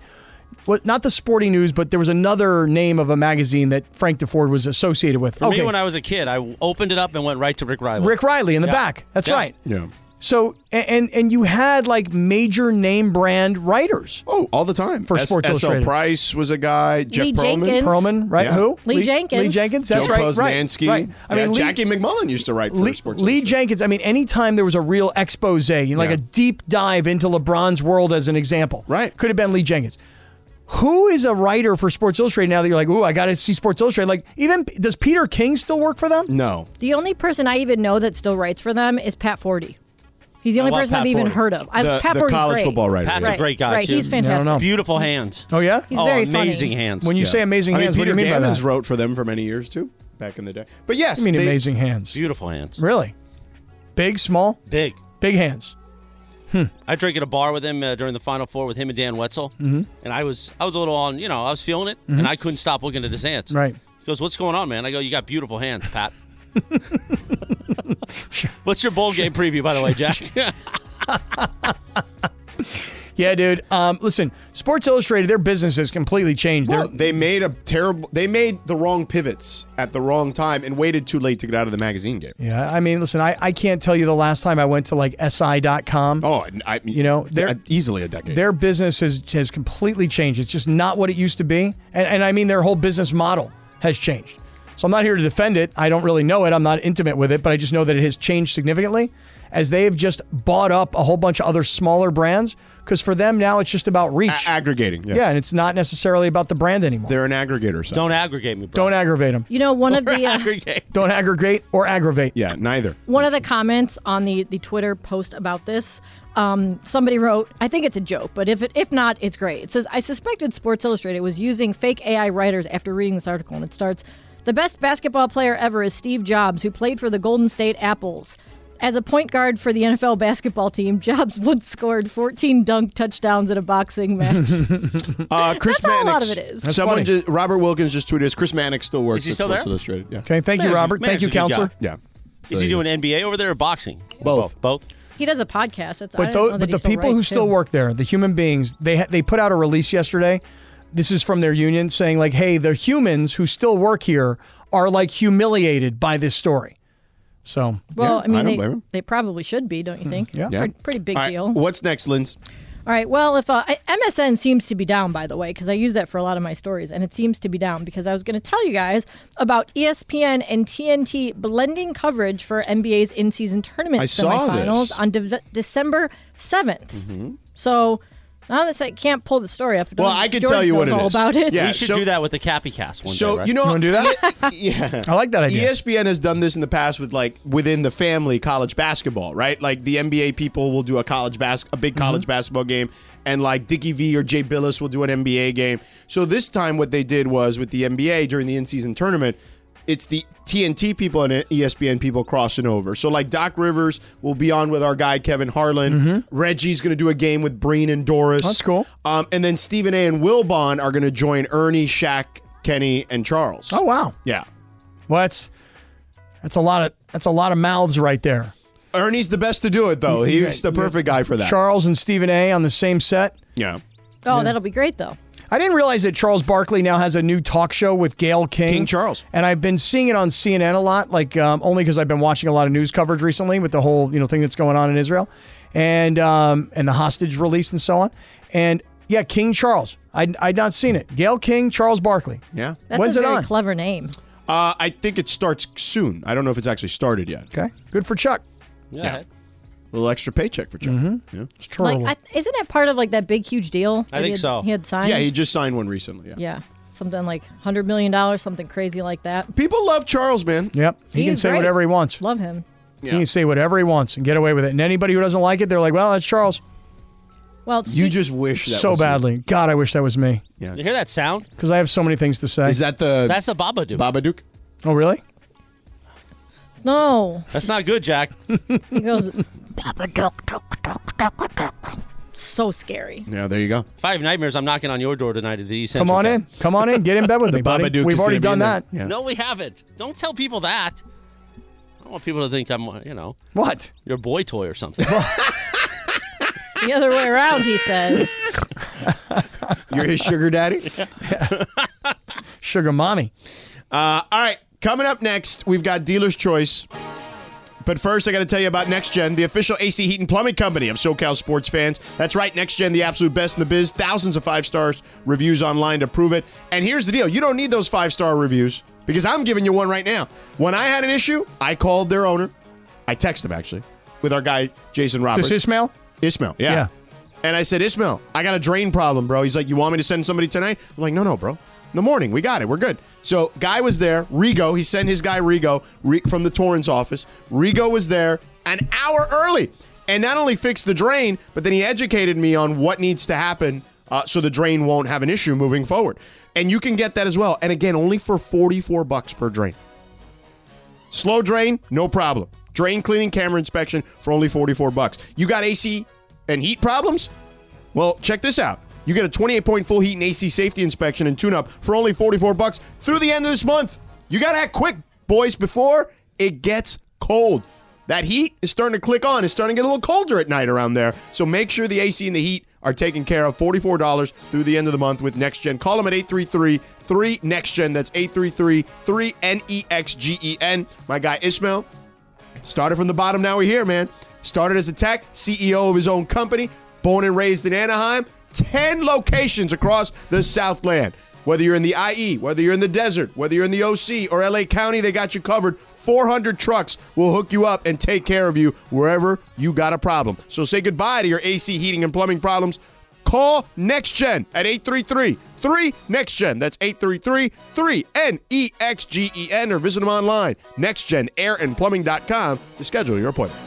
[SPEAKER 4] What, not the sporting news, but there was another name of a magazine that Frank DeFord was associated with.
[SPEAKER 1] For me, when I was a kid, I opened it up and went right to Rick Riley.
[SPEAKER 4] Rick Riley in the
[SPEAKER 1] Yeah.
[SPEAKER 4] back. That's
[SPEAKER 1] Yeah.
[SPEAKER 4] right.
[SPEAKER 2] Yeah.
[SPEAKER 4] So a- and and you had like major name brand writers.
[SPEAKER 2] Oh, all the time.
[SPEAKER 4] For Sports
[SPEAKER 2] SL
[SPEAKER 4] Illustrated.
[SPEAKER 2] Price was a guy. Jeff
[SPEAKER 3] Lee
[SPEAKER 2] Perlman.
[SPEAKER 3] Jenkins.
[SPEAKER 4] Perlman, right?
[SPEAKER 2] Yeah.
[SPEAKER 4] Who?
[SPEAKER 3] Lee Jenkins.
[SPEAKER 4] Lee Jenkins.
[SPEAKER 2] Joe
[SPEAKER 4] That's right.
[SPEAKER 2] Posnanski.
[SPEAKER 4] Right. Right. I mean,
[SPEAKER 2] Yeah,
[SPEAKER 4] Lee-
[SPEAKER 2] Jackie McMullen used to write for
[SPEAKER 4] Lee,
[SPEAKER 2] Sports
[SPEAKER 4] Lee
[SPEAKER 2] Illustrated.
[SPEAKER 4] Jenkins. I mean, anytime there was a real expose, you know, like
[SPEAKER 2] Yeah.
[SPEAKER 4] a deep dive into LeBron's world as an example,
[SPEAKER 2] Right.
[SPEAKER 4] Could have been Lee Jenkins. Who is a writer for Sports Illustrated now that you're like, ooh, I got to see Sports Illustrated? Like, even does Peter King still work for them?
[SPEAKER 2] No.
[SPEAKER 3] The only person I even know that still writes for them is Pat Forty. He's the only
[SPEAKER 1] love
[SPEAKER 3] person I've
[SPEAKER 1] Pat
[SPEAKER 3] even
[SPEAKER 1] Forty.
[SPEAKER 3] heard of. I,
[SPEAKER 2] The,
[SPEAKER 3] Pat
[SPEAKER 2] the
[SPEAKER 3] Forty's
[SPEAKER 2] college
[SPEAKER 3] great.
[SPEAKER 2] football writer.
[SPEAKER 1] Pat's
[SPEAKER 2] yeah.
[SPEAKER 1] a great guy,
[SPEAKER 3] Right,
[SPEAKER 1] too.
[SPEAKER 3] he's fantastic.
[SPEAKER 4] know.
[SPEAKER 1] Beautiful hands.
[SPEAKER 4] Oh yeah.
[SPEAKER 3] He's
[SPEAKER 1] oh,
[SPEAKER 3] very funny.
[SPEAKER 1] amazing hands.
[SPEAKER 4] When you say amazing
[SPEAKER 2] I mean,
[SPEAKER 4] hands,
[SPEAKER 2] Peter
[SPEAKER 4] what do you mean
[SPEAKER 2] Gammons
[SPEAKER 4] by that?
[SPEAKER 2] wrote for them for many years too, back in the day. But yes,
[SPEAKER 4] I mean
[SPEAKER 2] they-
[SPEAKER 4] amazing hands.
[SPEAKER 1] Beautiful hands.
[SPEAKER 4] Really, big, small,
[SPEAKER 1] Big.
[SPEAKER 4] big hands.
[SPEAKER 1] I drank at a bar with him uh, during the Final Four with him and Dan Wetzel, mm-hmm. and I was I was a little on, you know, I was feeling it, and I couldn't stop looking at his hands.
[SPEAKER 4] Right.
[SPEAKER 1] He goes, "What's going on, man?" I go, "You got beautiful hands, Pat." What's your bowl game preview, by the way, Jack?
[SPEAKER 4] Yeah, dude. Um, listen, Sports Illustrated, their business has completely changed.
[SPEAKER 2] Well,
[SPEAKER 4] They're-
[SPEAKER 2] they made a terrible. They made the wrong pivots at the wrong time and waited too late to get out of the magazine game.
[SPEAKER 4] yeah, I mean, listen, I, I can't tell you the last time I went to like si.com.
[SPEAKER 2] Oh, and I,
[SPEAKER 4] You know, they're-
[SPEAKER 2] uh, easily a decade.
[SPEAKER 4] Their business has, has completely changed. It's just not what it used to be. And, and I mean, their whole business model has changed. So I'm not here to defend it. I don't really know it. I'm not intimate with it, but I just know that it has changed significantly as they have just bought up a whole bunch of other smaller brands because for them now it's just about reach.
[SPEAKER 2] A- aggregating. Yes.
[SPEAKER 4] yeah, and it's not necessarily about the brand anymore.
[SPEAKER 2] they're an aggregator. So.
[SPEAKER 1] Don't aggregate me, bro.
[SPEAKER 4] Don't aggravate them.
[SPEAKER 3] You know, one of the uh,
[SPEAKER 1] aggregate.
[SPEAKER 4] Don't aggregate or aggravate.
[SPEAKER 2] Yeah, neither.
[SPEAKER 3] one of the comments on the the Twitter post about this, um, somebody wrote, I think it's a joke, but if it, if not, it's great. It says, I suspected Sports Illustrated was using fake AI writers after reading this article, and it starts, the best basketball player ever is Steve Jobs, who played for the Golden State Apples. As a point guard for the NFL basketball team, Jobs once scored 14 dunk touchdowns in a boxing match.
[SPEAKER 2] Uh, Chris
[SPEAKER 3] That's how a
[SPEAKER 2] Mannix.
[SPEAKER 3] lot of it is. That's
[SPEAKER 2] Someone
[SPEAKER 4] funny.
[SPEAKER 2] just Robert Wilkins just tweeted us. Chris Mannix still works.
[SPEAKER 1] Is he
[SPEAKER 2] at
[SPEAKER 1] still
[SPEAKER 2] Sports
[SPEAKER 1] there?
[SPEAKER 2] Illustrated. Yeah.
[SPEAKER 4] Okay, thank you,
[SPEAKER 1] Manning's-
[SPEAKER 4] Robert. Thank
[SPEAKER 1] Manning's
[SPEAKER 4] you,
[SPEAKER 1] a good guy.
[SPEAKER 4] counselor.
[SPEAKER 2] Yeah.
[SPEAKER 1] Is he doing NBA over there or boxing?
[SPEAKER 2] Both.
[SPEAKER 1] Both.
[SPEAKER 3] he does a podcast. That's, I
[SPEAKER 4] But
[SPEAKER 3] don't know
[SPEAKER 4] those,
[SPEAKER 3] that
[SPEAKER 4] but
[SPEAKER 3] he
[SPEAKER 4] the people
[SPEAKER 3] writes,
[SPEAKER 4] who
[SPEAKER 3] too.
[SPEAKER 4] still work there, the human beings, they ha- they put out a release yesterday. This is from their union saying like, "Hey, the humans who still work here are like humiliated by this story." So,
[SPEAKER 3] Well, I mean,
[SPEAKER 2] I don't
[SPEAKER 3] they,
[SPEAKER 2] blame him.
[SPEAKER 3] they probably should be, don't you think?
[SPEAKER 4] Hmm. Yeah.
[SPEAKER 3] Pretty, pretty big
[SPEAKER 2] All right,
[SPEAKER 3] deal.
[SPEAKER 2] What's next, Linz?
[SPEAKER 3] All right. Well, if uh, I- MSN seems to be down, by the way, because I use that for a lot of my stories, and it seems to be down because I was going to tell you guys about E ESPN and TNT blending coverage for NBA's in-season tournament
[SPEAKER 2] I saw
[SPEAKER 3] semifinals
[SPEAKER 2] this. Mm-hmm.
[SPEAKER 3] on de- December 7th So now that I can't pull the story up,
[SPEAKER 2] Well, I can
[SPEAKER 3] George
[SPEAKER 2] tell you what
[SPEAKER 3] knows
[SPEAKER 2] it
[SPEAKER 3] all
[SPEAKER 2] is.
[SPEAKER 3] about it.
[SPEAKER 2] Yeah,
[SPEAKER 1] we should
[SPEAKER 2] so-
[SPEAKER 1] do that with the Cappy Cast one
[SPEAKER 2] So
[SPEAKER 1] day, right?
[SPEAKER 2] you know,
[SPEAKER 4] wanna do that?
[SPEAKER 2] yeah,
[SPEAKER 4] I like that idea.
[SPEAKER 2] ESPN has done this in the past with like within the family college basketball, right? Like the NBA people will do a college bas- a big
[SPEAKER 4] Mm-hmm.
[SPEAKER 2] college basketball game, and like Dickie V or Jay Billis will do an NBA game. So this time, what they did was with the NBA during the in-season tournament. It's the TNT people and E ESPN people crossing over. So, like Doc Rivers will be on with our guy Kevin Harlan. Reggie's going to do a game with Breen and Doris.
[SPEAKER 4] Mm-hmm. That's cool.
[SPEAKER 2] Um, and then Stephen A. and Wilbon are going to join Ernie, Shaq, Kenny, and Charles.
[SPEAKER 4] oh wow,
[SPEAKER 2] Yeah.
[SPEAKER 4] well that's that's a lot of that's a lot of mouths right there.
[SPEAKER 2] Ernie's the best to do it, though. He's the perfect guy for that.
[SPEAKER 4] Charles and Stephen A. on the same set.
[SPEAKER 2] yeah.
[SPEAKER 3] Oh, that'll be great though.
[SPEAKER 4] I didn't realize that Charles Barkley now has a new talk show with Gail King.
[SPEAKER 2] King Charles.
[SPEAKER 4] And I've been seeing it on CNN a lot, like um, only because I've been watching a lot of news coverage recently with the whole you know thing that's going on in Israel, and um, and the hostage release and so on. And yeah, King Charles. I I'd not seen it. Gail King, Charles Barkley.
[SPEAKER 2] Yeah.
[SPEAKER 3] That's
[SPEAKER 4] When's
[SPEAKER 3] a
[SPEAKER 4] it
[SPEAKER 3] very
[SPEAKER 4] on?
[SPEAKER 3] clever name.
[SPEAKER 2] Uh, I think it starts soon. I don't know if it's actually started yet.
[SPEAKER 4] Okay. Good for Chuck.
[SPEAKER 1] Yeah.
[SPEAKER 2] A little extra paycheck for Chuck. Yeah.
[SPEAKER 4] It's
[SPEAKER 3] Like,
[SPEAKER 4] terrible.
[SPEAKER 3] I, isn't that part of like that big huge
[SPEAKER 1] Oh.
[SPEAKER 3] deal?
[SPEAKER 1] I
[SPEAKER 3] that he
[SPEAKER 1] think
[SPEAKER 3] had-
[SPEAKER 1] so.
[SPEAKER 3] He had signed.
[SPEAKER 2] yeah, he just signed one recently. Yeah.
[SPEAKER 3] yeah, something like hundred million dollars, something crazy like that.
[SPEAKER 2] People love Charles, man.
[SPEAKER 4] yep. He can
[SPEAKER 3] He's
[SPEAKER 4] say
[SPEAKER 3] great.
[SPEAKER 4] whatever he wants.
[SPEAKER 3] Love him.
[SPEAKER 4] He can say whatever he wants and get away with it. And anybody who doesn't like it, they're like, well, that's Charles.
[SPEAKER 3] Well,
[SPEAKER 2] You
[SPEAKER 3] speak-
[SPEAKER 2] just wish that
[SPEAKER 4] so
[SPEAKER 2] was
[SPEAKER 4] badly. God, I wish that was me
[SPEAKER 1] You hear that sound?
[SPEAKER 4] because I have so many things to say.
[SPEAKER 2] Is that the
[SPEAKER 1] That's the Baba dude.
[SPEAKER 2] Babadook?
[SPEAKER 4] oh, really?
[SPEAKER 3] no.
[SPEAKER 1] That's not good, Jack.
[SPEAKER 3] He goes. "Papa duck, duck, duck, duck, duck." So scary.
[SPEAKER 2] Yeah, there you go.
[SPEAKER 1] If I have nightmares, I'm knocking on your door tonight at the East
[SPEAKER 4] Come
[SPEAKER 1] Central
[SPEAKER 4] on
[SPEAKER 1] Club.
[SPEAKER 4] in. Come on in. Get in bed with me, buddy.
[SPEAKER 2] Babadook
[SPEAKER 4] We've
[SPEAKER 2] is
[SPEAKER 4] already
[SPEAKER 2] gonna
[SPEAKER 4] done
[SPEAKER 2] be
[SPEAKER 4] that.
[SPEAKER 2] in there. Yeah.
[SPEAKER 1] No, we haven't. Don't tell people that. I don't want people to think I'm, uh, you know,
[SPEAKER 4] What?
[SPEAKER 1] your boy toy or something.
[SPEAKER 3] It's the other way around, he says.
[SPEAKER 2] You're his sugar daddy?
[SPEAKER 4] Sugar mommy.
[SPEAKER 2] Uh, all right, coming up next, we've got Dealer's Choice. But first, I got to tell you about Next Gen, the official AC Heat and Plumbing Company of SoCal sports fans. That's right, Next Gen, the absolute best in the biz. Thousands of five stars reviews online to prove it. And here's the deal you don't need those five star reviews because I'm giving you one right now. When I had an issue, I called their owner. I texted him, actually, with our guy, Jason Roberts.
[SPEAKER 4] This Ismail?
[SPEAKER 2] Ismail, yeah.
[SPEAKER 4] Yeah.
[SPEAKER 2] And I said, Ismail, I got a drain problem, bro. He's like, You want me to send somebody tonight? I'm like, No, no, bro. In the morning, we got it. We're good. So, guy was there. Rigo, he sent his guy Rigo Re- from the Torrance office. Rigo was there an hour early and not only fixed the drain, but then he educated me on what needs to happen uh, so the drain won't have an issue moving forward. And you can get that as well. And again, only for 44 bucks per drain. Slow drain, no problem. Drain cleaning camera inspection for only 44 bucks. You got AC and heat problems? Well, check this out. You get a 28 point full heat and AC safety inspection and tune up for only 44 bucks through the end of this month. You got to act quick, boys, before it gets cold. That heat is starting to click on. It's starting to get a little colder at night around there. So make sure the AC and the heat are taken care of. $44 through the end of the month with Next Gen. Call them at 833 3 Next Gen. That's 833 3 N E X G E N. My guy Ismail, Started from the bottom, now we're here, man. Started as a tech, CEO of his own company, born and raised in Anaheim, 10 locations across the Southland. Whether you're in the IE, whether you're in the desert, whether you're in the OC or LA County, they got you covered. 400 trucks will hook you up and take care of you wherever you got a problem. So say goodbye to your AC heating and plumbing problems. Call Next Gen at 833 3 Next Gen. That's 833 3 N E X G E N or visit them online, nextgenairandplumbing.com to schedule your appointment.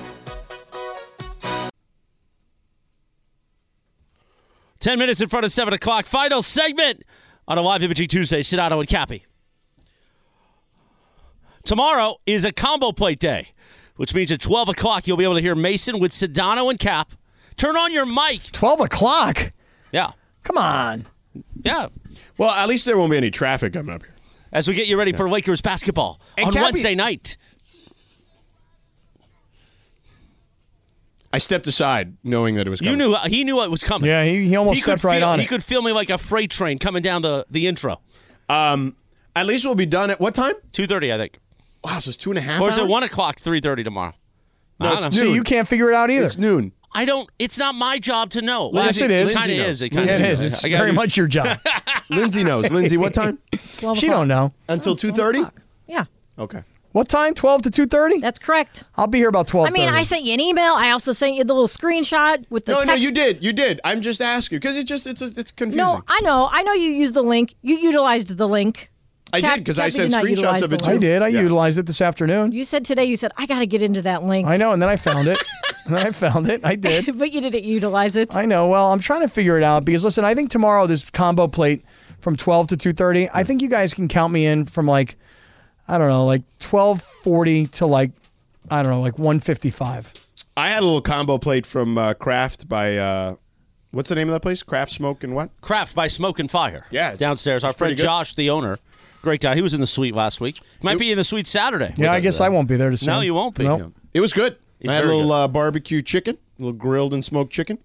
[SPEAKER 1] 10 minutes in front of 7 o'clock. Final segment on a live imaging Tuesday. Sedano and Cappy. Tomorrow is a combo plate day, which means at 12 o'clock you'll be able to hear Mason with Sedano and Cap. Turn on your mic.
[SPEAKER 4] 12 o'clock.
[SPEAKER 1] Yeah.
[SPEAKER 4] Come on.
[SPEAKER 1] Yeah.
[SPEAKER 2] Well, at least there won't be any traffic coming up here.
[SPEAKER 1] As we get you ready for Lakers basketball
[SPEAKER 2] And
[SPEAKER 1] on
[SPEAKER 2] Cappy-
[SPEAKER 1] Wednesday night.
[SPEAKER 2] I stepped aside knowing that it was
[SPEAKER 1] You
[SPEAKER 2] coming.
[SPEAKER 1] knew he knew what was coming.
[SPEAKER 4] Yeah, he, he almost
[SPEAKER 1] He could
[SPEAKER 4] stepped right
[SPEAKER 1] feel,
[SPEAKER 4] on
[SPEAKER 1] he
[SPEAKER 4] it.
[SPEAKER 1] could feel me like a freight train coming down the, the intro.
[SPEAKER 2] At least we'll be done at what time?
[SPEAKER 1] 2.30, I think.
[SPEAKER 2] Wow, so it's two and a half
[SPEAKER 1] Or is it
[SPEAKER 2] hours?
[SPEAKER 1] 1 o'clock, 3.30 tomorrow?
[SPEAKER 2] No,
[SPEAKER 1] I
[SPEAKER 2] it's
[SPEAKER 1] don't know.
[SPEAKER 2] noon.
[SPEAKER 4] See, you can't figure it out either.
[SPEAKER 2] It's noon.
[SPEAKER 1] I don't. It's not my job to know.
[SPEAKER 4] Yes, it is.
[SPEAKER 1] It kind of
[SPEAKER 2] Lindsay knows.
[SPEAKER 1] is. It
[SPEAKER 4] Yeah,
[SPEAKER 1] kind of
[SPEAKER 4] it is. It's very much your job.
[SPEAKER 2] Lindsay knows. Lindsay, what time?
[SPEAKER 3] 12
[SPEAKER 4] she
[SPEAKER 3] o'clock.
[SPEAKER 4] don't know.
[SPEAKER 2] Until 2.30?
[SPEAKER 3] Yeah,
[SPEAKER 2] Okay.
[SPEAKER 4] What time? 12 to 2.30?
[SPEAKER 3] that's correct.
[SPEAKER 4] I'll be here about 12
[SPEAKER 3] I mean, I sent you an email. I also sent you the little screenshot with the
[SPEAKER 2] No, no,
[SPEAKER 3] text-
[SPEAKER 2] you did. You did. I'm just asking because it's just, it's, it's confusing.
[SPEAKER 3] No, I know. I know you used the link. You utilized the link.
[SPEAKER 2] I
[SPEAKER 3] Cap-
[SPEAKER 2] did because I
[SPEAKER 3] Cappy
[SPEAKER 2] sent
[SPEAKER 3] did not
[SPEAKER 2] screenshots
[SPEAKER 3] utilize
[SPEAKER 2] of
[SPEAKER 3] the
[SPEAKER 2] it too.
[SPEAKER 3] link.
[SPEAKER 4] I did. I
[SPEAKER 2] Yeah.
[SPEAKER 4] utilized it this afternoon.
[SPEAKER 3] You said today, you said, I got to get into that link.
[SPEAKER 4] I know, and then I found it. and I found it. I did.
[SPEAKER 3] but you didn't utilize it.
[SPEAKER 4] I know. Well, I'm trying to figure it out because listen, I think tomorrow this combo plate from 12 to 2:30. I think you guys can count me in from like I don't know, like 12:40 to like I don't know, like 155.
[SPEAKER 2] I had a little combo plate from uh, Kraft by uh, what's the name of that place? Kraft Smoke and what?
[SPEAKER 1] Craft by Smoke and Fire.
[SPEAKER 2] Yeah, it's-
[SPEAKER 1] downstairs. Our
[SPEAKER 2] it's pretty
[SPEAKER 1] friend
[SPEAKER 2] good.
[SPEAKER 1] Josh, the owner, great guy. He was in the suite last week. Might be in the suite Saturday. uh,
[SPEAKER 4] Yeah, I guess I won't be there to see.
[SPEAKER 1] No,
[SPEAKER 4] him.
[SPEAKER 1] you won't be.
[SPEAKER 4] Nope.
[SPEAKER 1] Yeah.
[SPEAKER 2] It was good. I had a
[SPEAKER 1] very
[SPEAKER 2] little
[SPEAKER 1] good.
[SPEAKER 2] uh, barbecue chicken, a little grilled and smoked chicken.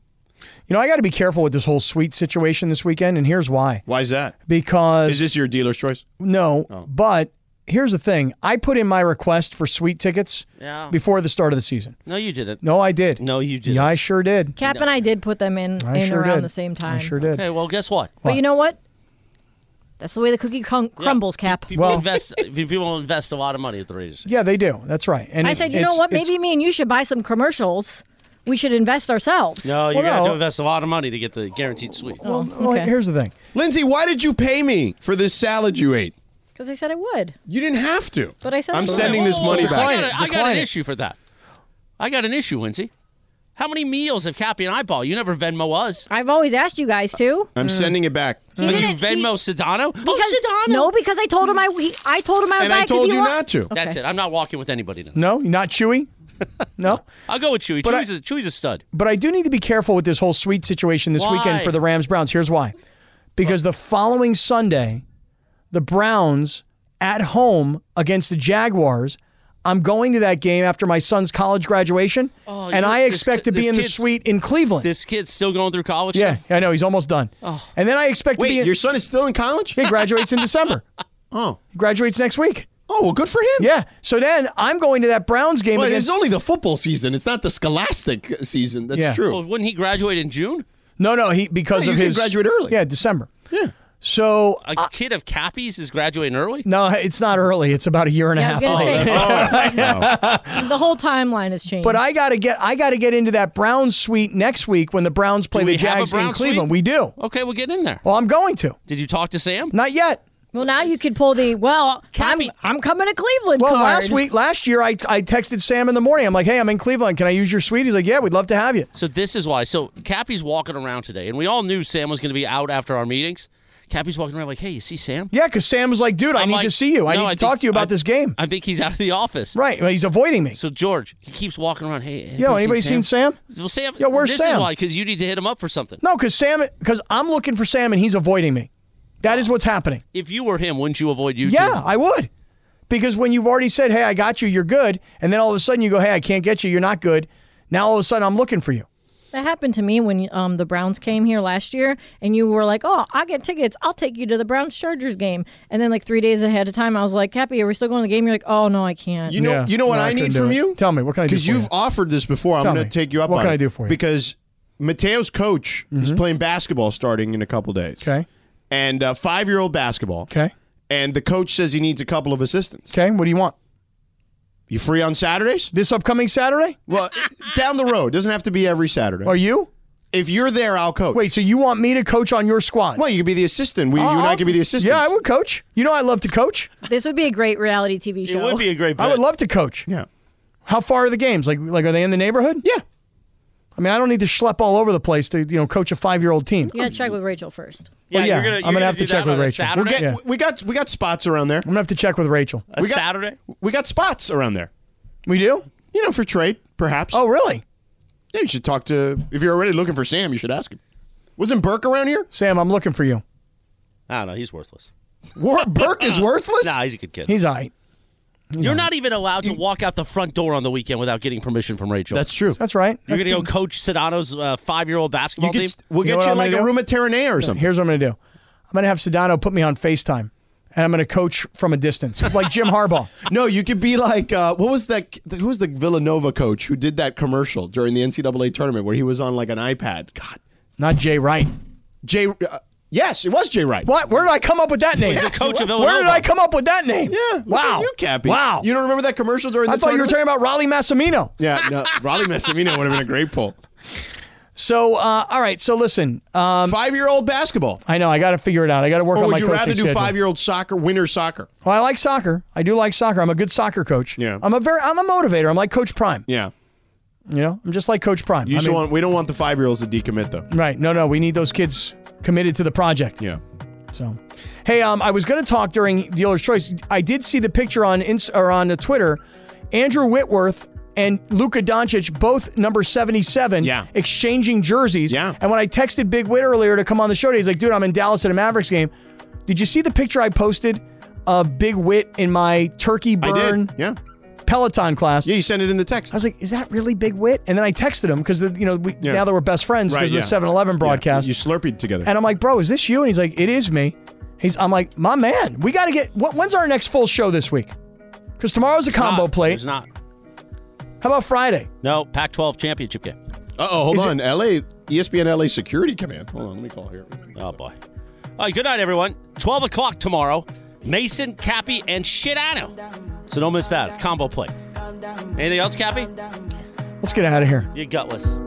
[SPEAKER 4] You know, I got to be careful with this whole sweet situation this weekend and here's why.
[SPEAKER 2] Why is that?
[SPEAKER 4] Because
[SPEAKER 2] Is this your dealer's choice?
[SPEAKER 4] No,
[SPEAKER 1] Oh.
[SPEAKER 4] but here's the thing. I put in my request for sweet tickets
[SPEAKER 1] Yeah.
[SPEAKER 4] before the start of the season.
[SPEAKER 1] No, you didn't.
[SPEAKER 4] No, I did.
[SPEAKER 1] No, you didn't.
[SPEAKER 4] Yeah, I sure did.
[SPEAKER 3] Cap and I did put them in,
[SPEAKER 4] I
[SPEAKER 3] in
[SPEAKER 4] sure
[SPEAKER 3] around
[SPEAKER 4] did.
[SPEAKER 3] the same
[SPEAKER 4] I
[SPEAKER 3] time.
[SPEAKER 4] sure did.
[SPEAKER 1] Okay, well, guess what?
[SPEAKER 3] But you know what? That's the way the cookie crumb- crumbles, Cap.
[SPEAKER 1] People
[SPEAKER 4] Well-
[SPEAKER 1] invest. people invest a lot of money at the radio station.
[SPEAKER 4] Yeah, they do. That's right. And
[SPEAKER 3] I
[SPEAKER 4] it's-
[SPEAKER 3] said, you
[SPEAKER 4] it's-
[SPEAKER 3] know what?
[SPEAKER 4] it's-
[SPEAKER 3] Maybe me and you should buy some commercials. We should invest ourselves.
[SPEAKER 1] No, you
[SPEAKER 4] Well,
[SPEAKER 1] got
[SPEAKER 4] no.
[SPEAKER 1] to invest a lot of money to get the guaranteed suite.
[SPEAKER 4] Well, well,
[SPEAKER 3] okay.
[SPEAKER 4] here's the thing.
[SPEAKER 2] Lindsay, why did you pay me for this salad you ate?
[SPEAKER 3] Because I said I would.
[SPEAKER 2] You didn't have to.
[SPEAKER 3] But I said
[SPEAKER 2] I'm
[SPEAKER 3] so.
[SPEAKER 2] sending this
[SPEAKER 1] Whoa,
[SPEAKER 2] money
[SPEAKER 1] I
[SPEAKER 2] back.
[SPEAKER 1] got, a, I got
[SPEAKER 4] Decline
[SPEAKER 1] an
[SPEAKER 4] it.
[SPEAKER 1] issue for that. I got an issue, Lindsay. How many meals have Cappy and I bought? You never Venmo us.
[SPEAKER 3] I've always asked you guys to.
[SPEAKER 2] I'm sending it back.
[SPEAKER 3] He
[SPEAKER 1] But you
[SPEAKER 3] didn't- he-
[SPEAKER 1] Venmo Sedano?
[SPEAKER 3] because-
[SPEAKER 1] Oh, Sedano!
[SPEAKER 3] No, because I told him I he, I told him I would
[SPEAKER 2] And
[SPEAKER 3] buy
[SPEAKER 2] I
[SPEAKER 3] it 'cause
[SPEAKER 2] told
[SPEAKER 3] he
[SPEAKER 2] you
[SPEAKER 3] wa-
[SPEAKER 2] not to.
[SPEAKER 1] That's it. I'm not walking with anybody tonight.
[SPEAKER 4] No, not chewy. No,
[SPEAKER 1] I'll go with Chewy.
[SPEAKER 4] But I-
[SPEAKER 1] Chewy's, a Chewy's a stud.
[SPEAKER 4] but I do need to be careful with this whole sweet situation this
[SPEAKER 1] Why?
[SPEAKER 4] weekend for the Rams Browns. Here's why: because the following Sunday, the Browns at home against the Jaguars. I'm going to that game after my son's college graduation,
[SPEAKER 1] Oh, you
[SPEAKER 4] and
[SPEAKER 1] know,
[SPEAKER 4] I
[SPEAKER 1] this
[SPEAKER 4] expect
[SPEAKER 1] ki-
[SPEAKER 4] to be
[SPEAKER 1] this
[SPEAKER 4] in the
[SPEAKER 1] kid's-
[SPEAKER 4] suite in Cleveland.
[SPEAKER 1] This kid's still going through college.
[SPEAKER 4] yeah, I know he's almost done, and then I expect to be.
[SPEAKER 2] Wait,
[SPEAKER 4] in-
[SPEAKER 2] your son is still in college?
[SPEAKER 4] He graduates in December.
[SPEAKER 2] Oh.
[SPEAKER 4] He graduates next week.
[SPEAKER 2] Oh, well, good for him.
[SPEAKER 4] Yeah. So then I'm going to that Browns game
[SPEAKER 2] Well,
[SPEAKER 4] against.
[SPEAKER 2] it's only the football season. It's not the scholastic season. That's
[SPEAKER 4] Yeah.
[SPEAKER 2] true.
[SPEAKER 1] Well, wouldn't he graduate in June?
[SPEAKER 4] no, no. He because
[SPEAKER 2] No,
[SPEAKER 4] of
[SPEAKER 2] you can
[SPEAKER 4] his
[SPEAKER 2] graduate early.
[SPEAKER 4] Yeah, December. Yeah. So uh,
[SPEAKER 3] Uh,
[SPEAKER 1] A kid of Cappy's is graduating early?
[SPEAKER 4] no, it's not early. It's about a year and
[SPEAKER 3] Yeah, I
[SPEAKER 4] a
[SPEAKER 3] was
[SPEAKER 4] half.
[SPEAKER 3] gonna
[SPEAKER 4] late.
[SPEAKER 3] say the whole timeline has changed.
[SPEAKER 4] But I gotta get I gotta get into that Browns suite next week when the Browns play
[SPEAKER 1] we
[SPEAKER 4] the
[SPEAKER 1] have a
[SPEAKER 4] Jags in
[SPEAKER 1] Browns suite?
[SPEAKER 4] Cleveland. We do.
[SPEAKER 1] Okay, we'll get in there.
[SPEAKER 4] Well, I'm going to.
[SPEAKER 1] Did you talk to Sam?
[SPEAKER 4] Not yet.
[SPEAKER 3] well, now you could pull the well. I'm,
[SPEAKER 1] Cappy-
[SPEAKER 3] I'm coming to Cleveland.
[SPEAKER 4] Well,
[SPEAKER 3] card.
[SPEAKER 4] last week, last year, I, I texted Sam in the morning. I'm like, hey, I'm in Cleveland. Can I use your suite? He's like, yeah, we'd love to have you.
[SPEAKER 1] So this is why. So Cappy's walking around today, and we all knew Sam was going to be out after our meetings. Cappy's walking around like, hey, you see Sam?
[SPEAKER 4] Yeah, because Sam was like, dude, I
[SPEAKER 1] I'm
[SPEAKER 4] need
[SPEAKER 1] like,
[SPEAKER 4] to see you. I
[SPEAKER 1] "No,
[SPEAKER 4] need to
[SPEAKER 1] think-
[SPEAKER 4] talk to you about
[SPEAKER 1] I-
[SPEAKER 4] this game.
[SPEAKER 1] I think he's out of the office.
[SPEAKER 4] right. Well, he's avoiding me.
[SPEAKER 1] So George, he keeps walking around. Hey,
[SPEAKER 4] Yo, anybody seen Sam?
[SPEAKER 1] Well, Sam.
[SPEAKER 4] Yo, where's
[SPEAKER 1] this is
[SPEAKER 4] Sam?
[SPEAKER 1] why, because you need to hit him up for something.
[SPEAKER 4] No, because Sam, because I'm looking for Sam and he's avoiding me. That is what's happening.
[SPEAKER 1] If you were him, wouldn't you avoid you?
[SPEAKER 4] Yeah, I would. Because when you've already said, hey, I got you, you're good. And then all of a sudden you go, hey, I can't get you, you're not good. Now all of a sudden I'm looking for you.
[SPEAKER 3] That happened to me when um, the Browns came here last year, and you were like, "Oh, I get tickets. I'll take you to the Browns Chargers game." And then, like three days ahead of time, I was like, "Cappy, are we still going to the game?" You're like, "Oh no, I can't."
[SPEAKER 2] You know,
[SPEAKER 4] Yeah.
[SPEAKER 2] you know what
[SPEAKER 4] No, I
[SPEAKER 2] I,
[SPEAKER 4] couldn't
[SPEAKER 2] need
[SPEAKER 4] do
[SPEAKER 2] from
[SPEAKER 4] it.
[SPEAKER 2] you?
[SPEAKER 4] Tell me, what can I do
[SPEAKER 2] Because
[SPEAKER 4] for
[SPEAKER 2] you've
[SPEAKER 4] you?
[SPEAKER 2] offered this before.
[SPEAKER 4] Tell
[SPEAKER 2] I'm going
[SPEAKER 4] me.
[SPEAKER 2] to take you up
[SPEAKER 4] What
[SPEAKER 2] on
[SPEAKER 4] can
[SPEAKER 2] it.
[SPEAKER 4] I do for you? Mm-hmm.
[SPEAKER 2] Because Mateo's coach is playing basketball starting in a couple days.
[SPEAKER 4] Okay.
[SPEAKER 2] And uh, five year old basketball.
[SPEAKER 4] Okay.
[SPEAKER 2] And the coach says he needs a couple of assistants.
[SPEAKER 4] Okay. What do you want?
[SPEAKER 2] You free on Saturdays?
[SPEAKER 4] This upcoming Saturday?
[SPEAKER 2] Well, down the road. Doesn't have to be every Saturday.
[SPEAKER 4] Are you?
[SPEAKER 2] If you're there, I'll coach.
[SPEAKER 4] Wait, so you want me to coach on your squad?
[SPEAKER 2] Well, you could be the assistant. We, you and I
[SPEAKER 4] I'll-
[SPEAKER 2] could be the assistants.
[SPEAKER 4] Yeah, I would coach. You know I love to coach.
[SPEAKER 3] this would be a great reality TV
[SPEAKER 1] It
[SPEAKER 3] show.
[SPEAKER 1] would be a great. Bet.
[SPEAKER 4] I would love to coach.
[SPEAKER 2] Yeah.
[SPEAKER 4] How far are the games? Like like are they in the neighborhood?
[SPEAKER 2] Yeah.
[SPEAKER 4] I mean, I don't need to schlep all over the place to, you know, coach a 5-year-old team.
[SPEAKER 3] You gotta check with Rachel first.
[SPEAKER 4] Well, oh, yeah,
[SPEAKER 1] you're gonna,
[SPEAKER 4] I'm
[SPEAKER 1] you're
[SPEAKER 4] gonna have
[SPEAKER 1] do that
[SPEAKER 4] to check with
[SPEAKER 1] on a
[SPEAKER 4] Rachel.
[SPEAKER 1] Saturday?
[SPEAKER 2] We'll get,
[SPEAKER 4] Yeah.
[SPEAKER 2] We got we got spots around there.
[SPEAKER 4] I'm going to have to check with Rachel.
[SPEAKER 1] a
[SPEAKER 2] we got-
[SPEAKER 1] Saturday.
[SPEAKER 2] We got spots around there.
[SPEAKER 4] We do?
[SPEAKER 2] You know, for trade, perhaps.
[SPEAKER 4] Oh, really?
[SPEAKER 2] Yeah, you should talk to. If you're already looking for Sam, you should ask him. Wasn't Burke around here?
[SPEAKER 4] Sam, I'm looking for you.
[SPEAKER 1] I don't know. He's worthless.
[SPEAKER 2] War, Burke is worthless.
[SPEAKER 1] Nah, he's a good kid.
[SPEAKER 4] He's all right.
[SPEAKER 1] you're not even allowed to walk out the front door on the weekend without getting permission from Rachel.
[SPEAKER 2] true.
[SPEAKER 4] That's right.
[SPEAKER 1] You're
[SPEAKER 4] That's
[SPEAKER 1] gonna go coach Sedano's uh, five-year-old
[SPEAKER 2] You
[SPEAKER 1] basketball
[SPEAKER 2] could,
[SPEAKER 1] team.
[SPEAKER 2] st- we'll
[SPEAKER 4] You know
[SPEAKER 2] get
[SPEAKER 4] what
[SPEAKER 2] you
[SPEAKER 4] I'm
[SPEAKER 2] like
[SPEAKER 4] gonna
[SPEAKER 2] a
[SPEAKER 4] do?
[SPEAKER 2] room at Terranea or something.
[SPEAKER 4] Here's what I'm going to do. I'm going to have Sedano put me on FaceTime and I'm going to coach from a distance, like Jim Harbaugh.
[SPEAKER 2] No, you could be like uh, what was that? Who was the Villanova coach who did that commercial during the NCAA tournament where he was on like an iPad? God,
[SPEAKER 4] Not Jay Wright.
[SPEAKER 2] Jay. Uh, yes, it was Jay Wright.
[SPEAKER 4] What? Where did I come up with that name?
[SPEAKER 1] the coach of
[SPEAKER 4] Where did
[SPEAKER 1] Villanova.
[SPEAKER 4] I come up with that name?
[SPEAKER 2] Yeah. look
[SPEAKER 4] Wow.
[SPEAKER 2] at You Cappy.
[SPEAKER 4] Wow.
[SPEAKER 2] You don't remember that commercial during
[SPEAKER 4] I
[SPEAKER 2] the?
[SPEAKER 4] thought you were
[SPEAKER 2] tournament?
[SPEAKER 4] talking about Raleigh Massimino.
[SPEAKER 2] Yeah, no, Raleigh Massimino would have been a great pull.
[SPEAKER 4] So, uh, all right. So listen, um,
[SPEAKER 2] Five-year-old basketball,
[SPEAKER 4] I know I got to figure it out. I got to work
[SPEAKER 2] or
[SPEAKER 4] on my
[SPEAKER 2] would you
[SPEAKER 4] coaching
[SPEAKER 2] rather do
[SPEAKER 4] schedule.
[SPEAKER 2] five-year-old soccer, winter soccer?
[SPEAKER 4] Well, I like soccer. I do like soccer. I'm a good soccer coach.
[SPEAKER 2] Yeah.
[SPEAKER 4] I'm a very. I'm a motivator. I'm like Coach Prime.
[SPEAKER 2] Yeah,
[SPEAKER 4] You know, I'm just like Coach Prime.
[SPEAKER 2] you
[SPEAKER 4] I
[SPEAKER 2] just
[SPEAKER 4] mean-
[SPEAKER 2] want we don't want the five-year-olds to decommit though.
[SPEAKER 4] Right. No, no. We need those kids committed to the project.
[SPEAKER 2] Yeah.
[SPEAKER 4] So, hey, um, I was going to talk during Dealer's Choice. I did see the picture on Inst- or on the Twitter. Andrew Whitworth and Luka Doncic, both number 77,
[SPEAKER 2] Yeah.
[SPEAKER 4] exchanging jerseys.
[SPEAKER 2] Yeah.
[SPEAKER 4] And when I texted Big Wit earlier to come on the show today, he's like, dude, I'm in Dallas at a Mavericks game. Did you see the picture I posted of Big Wit in my turkey
[SPEAKER 2] I
[SPEAKER 4] burn
[SPEAKER 2] did. Yeah.
[SPEAKER 4] Peloton class?
[SPEAKER 2] Yeah, you sent it in the text.
[SPEAKER 4] I was like, is that really Big Wit? And then I texted him because, you know, we,
[SPEAKER 2] Yeah.
[SPEAKER 4] now that we're best friends because
[SPEAKER 2] yeah.
[SPEAKER 4] of the 7 Eleven broadcast.
[SPEAKER 2] you slurped together.
[SPEAKER 4] And I'm like, bro, is this you? And he's like, it is me. He's, I'm like, my man, we got to get. What, when's our next full show this week? Because tomorrow's a combo
[SPEAKER 1] Not.
[SPEAKER 4] plate.
[SPEAKER 1] There's not.
[SPEAKER 4] How about Friday?
[SPEAKER 1] No, Pac-12 championship game.
[SPEAKER 2] Uh oh, hold E on. LA, ESPN LA Security Command. Hold on, let me call here.
[SPEAKER 1] Oh boy. All right. Good night, everyone. 12 o'clock tomorrow. Mason, Cappy, and Shidano. So don't miss that. Combo play. Anything else, Cappy?
[SPEAKER 4] Let's get out of here.
[SPEAKER 1] You're gutless.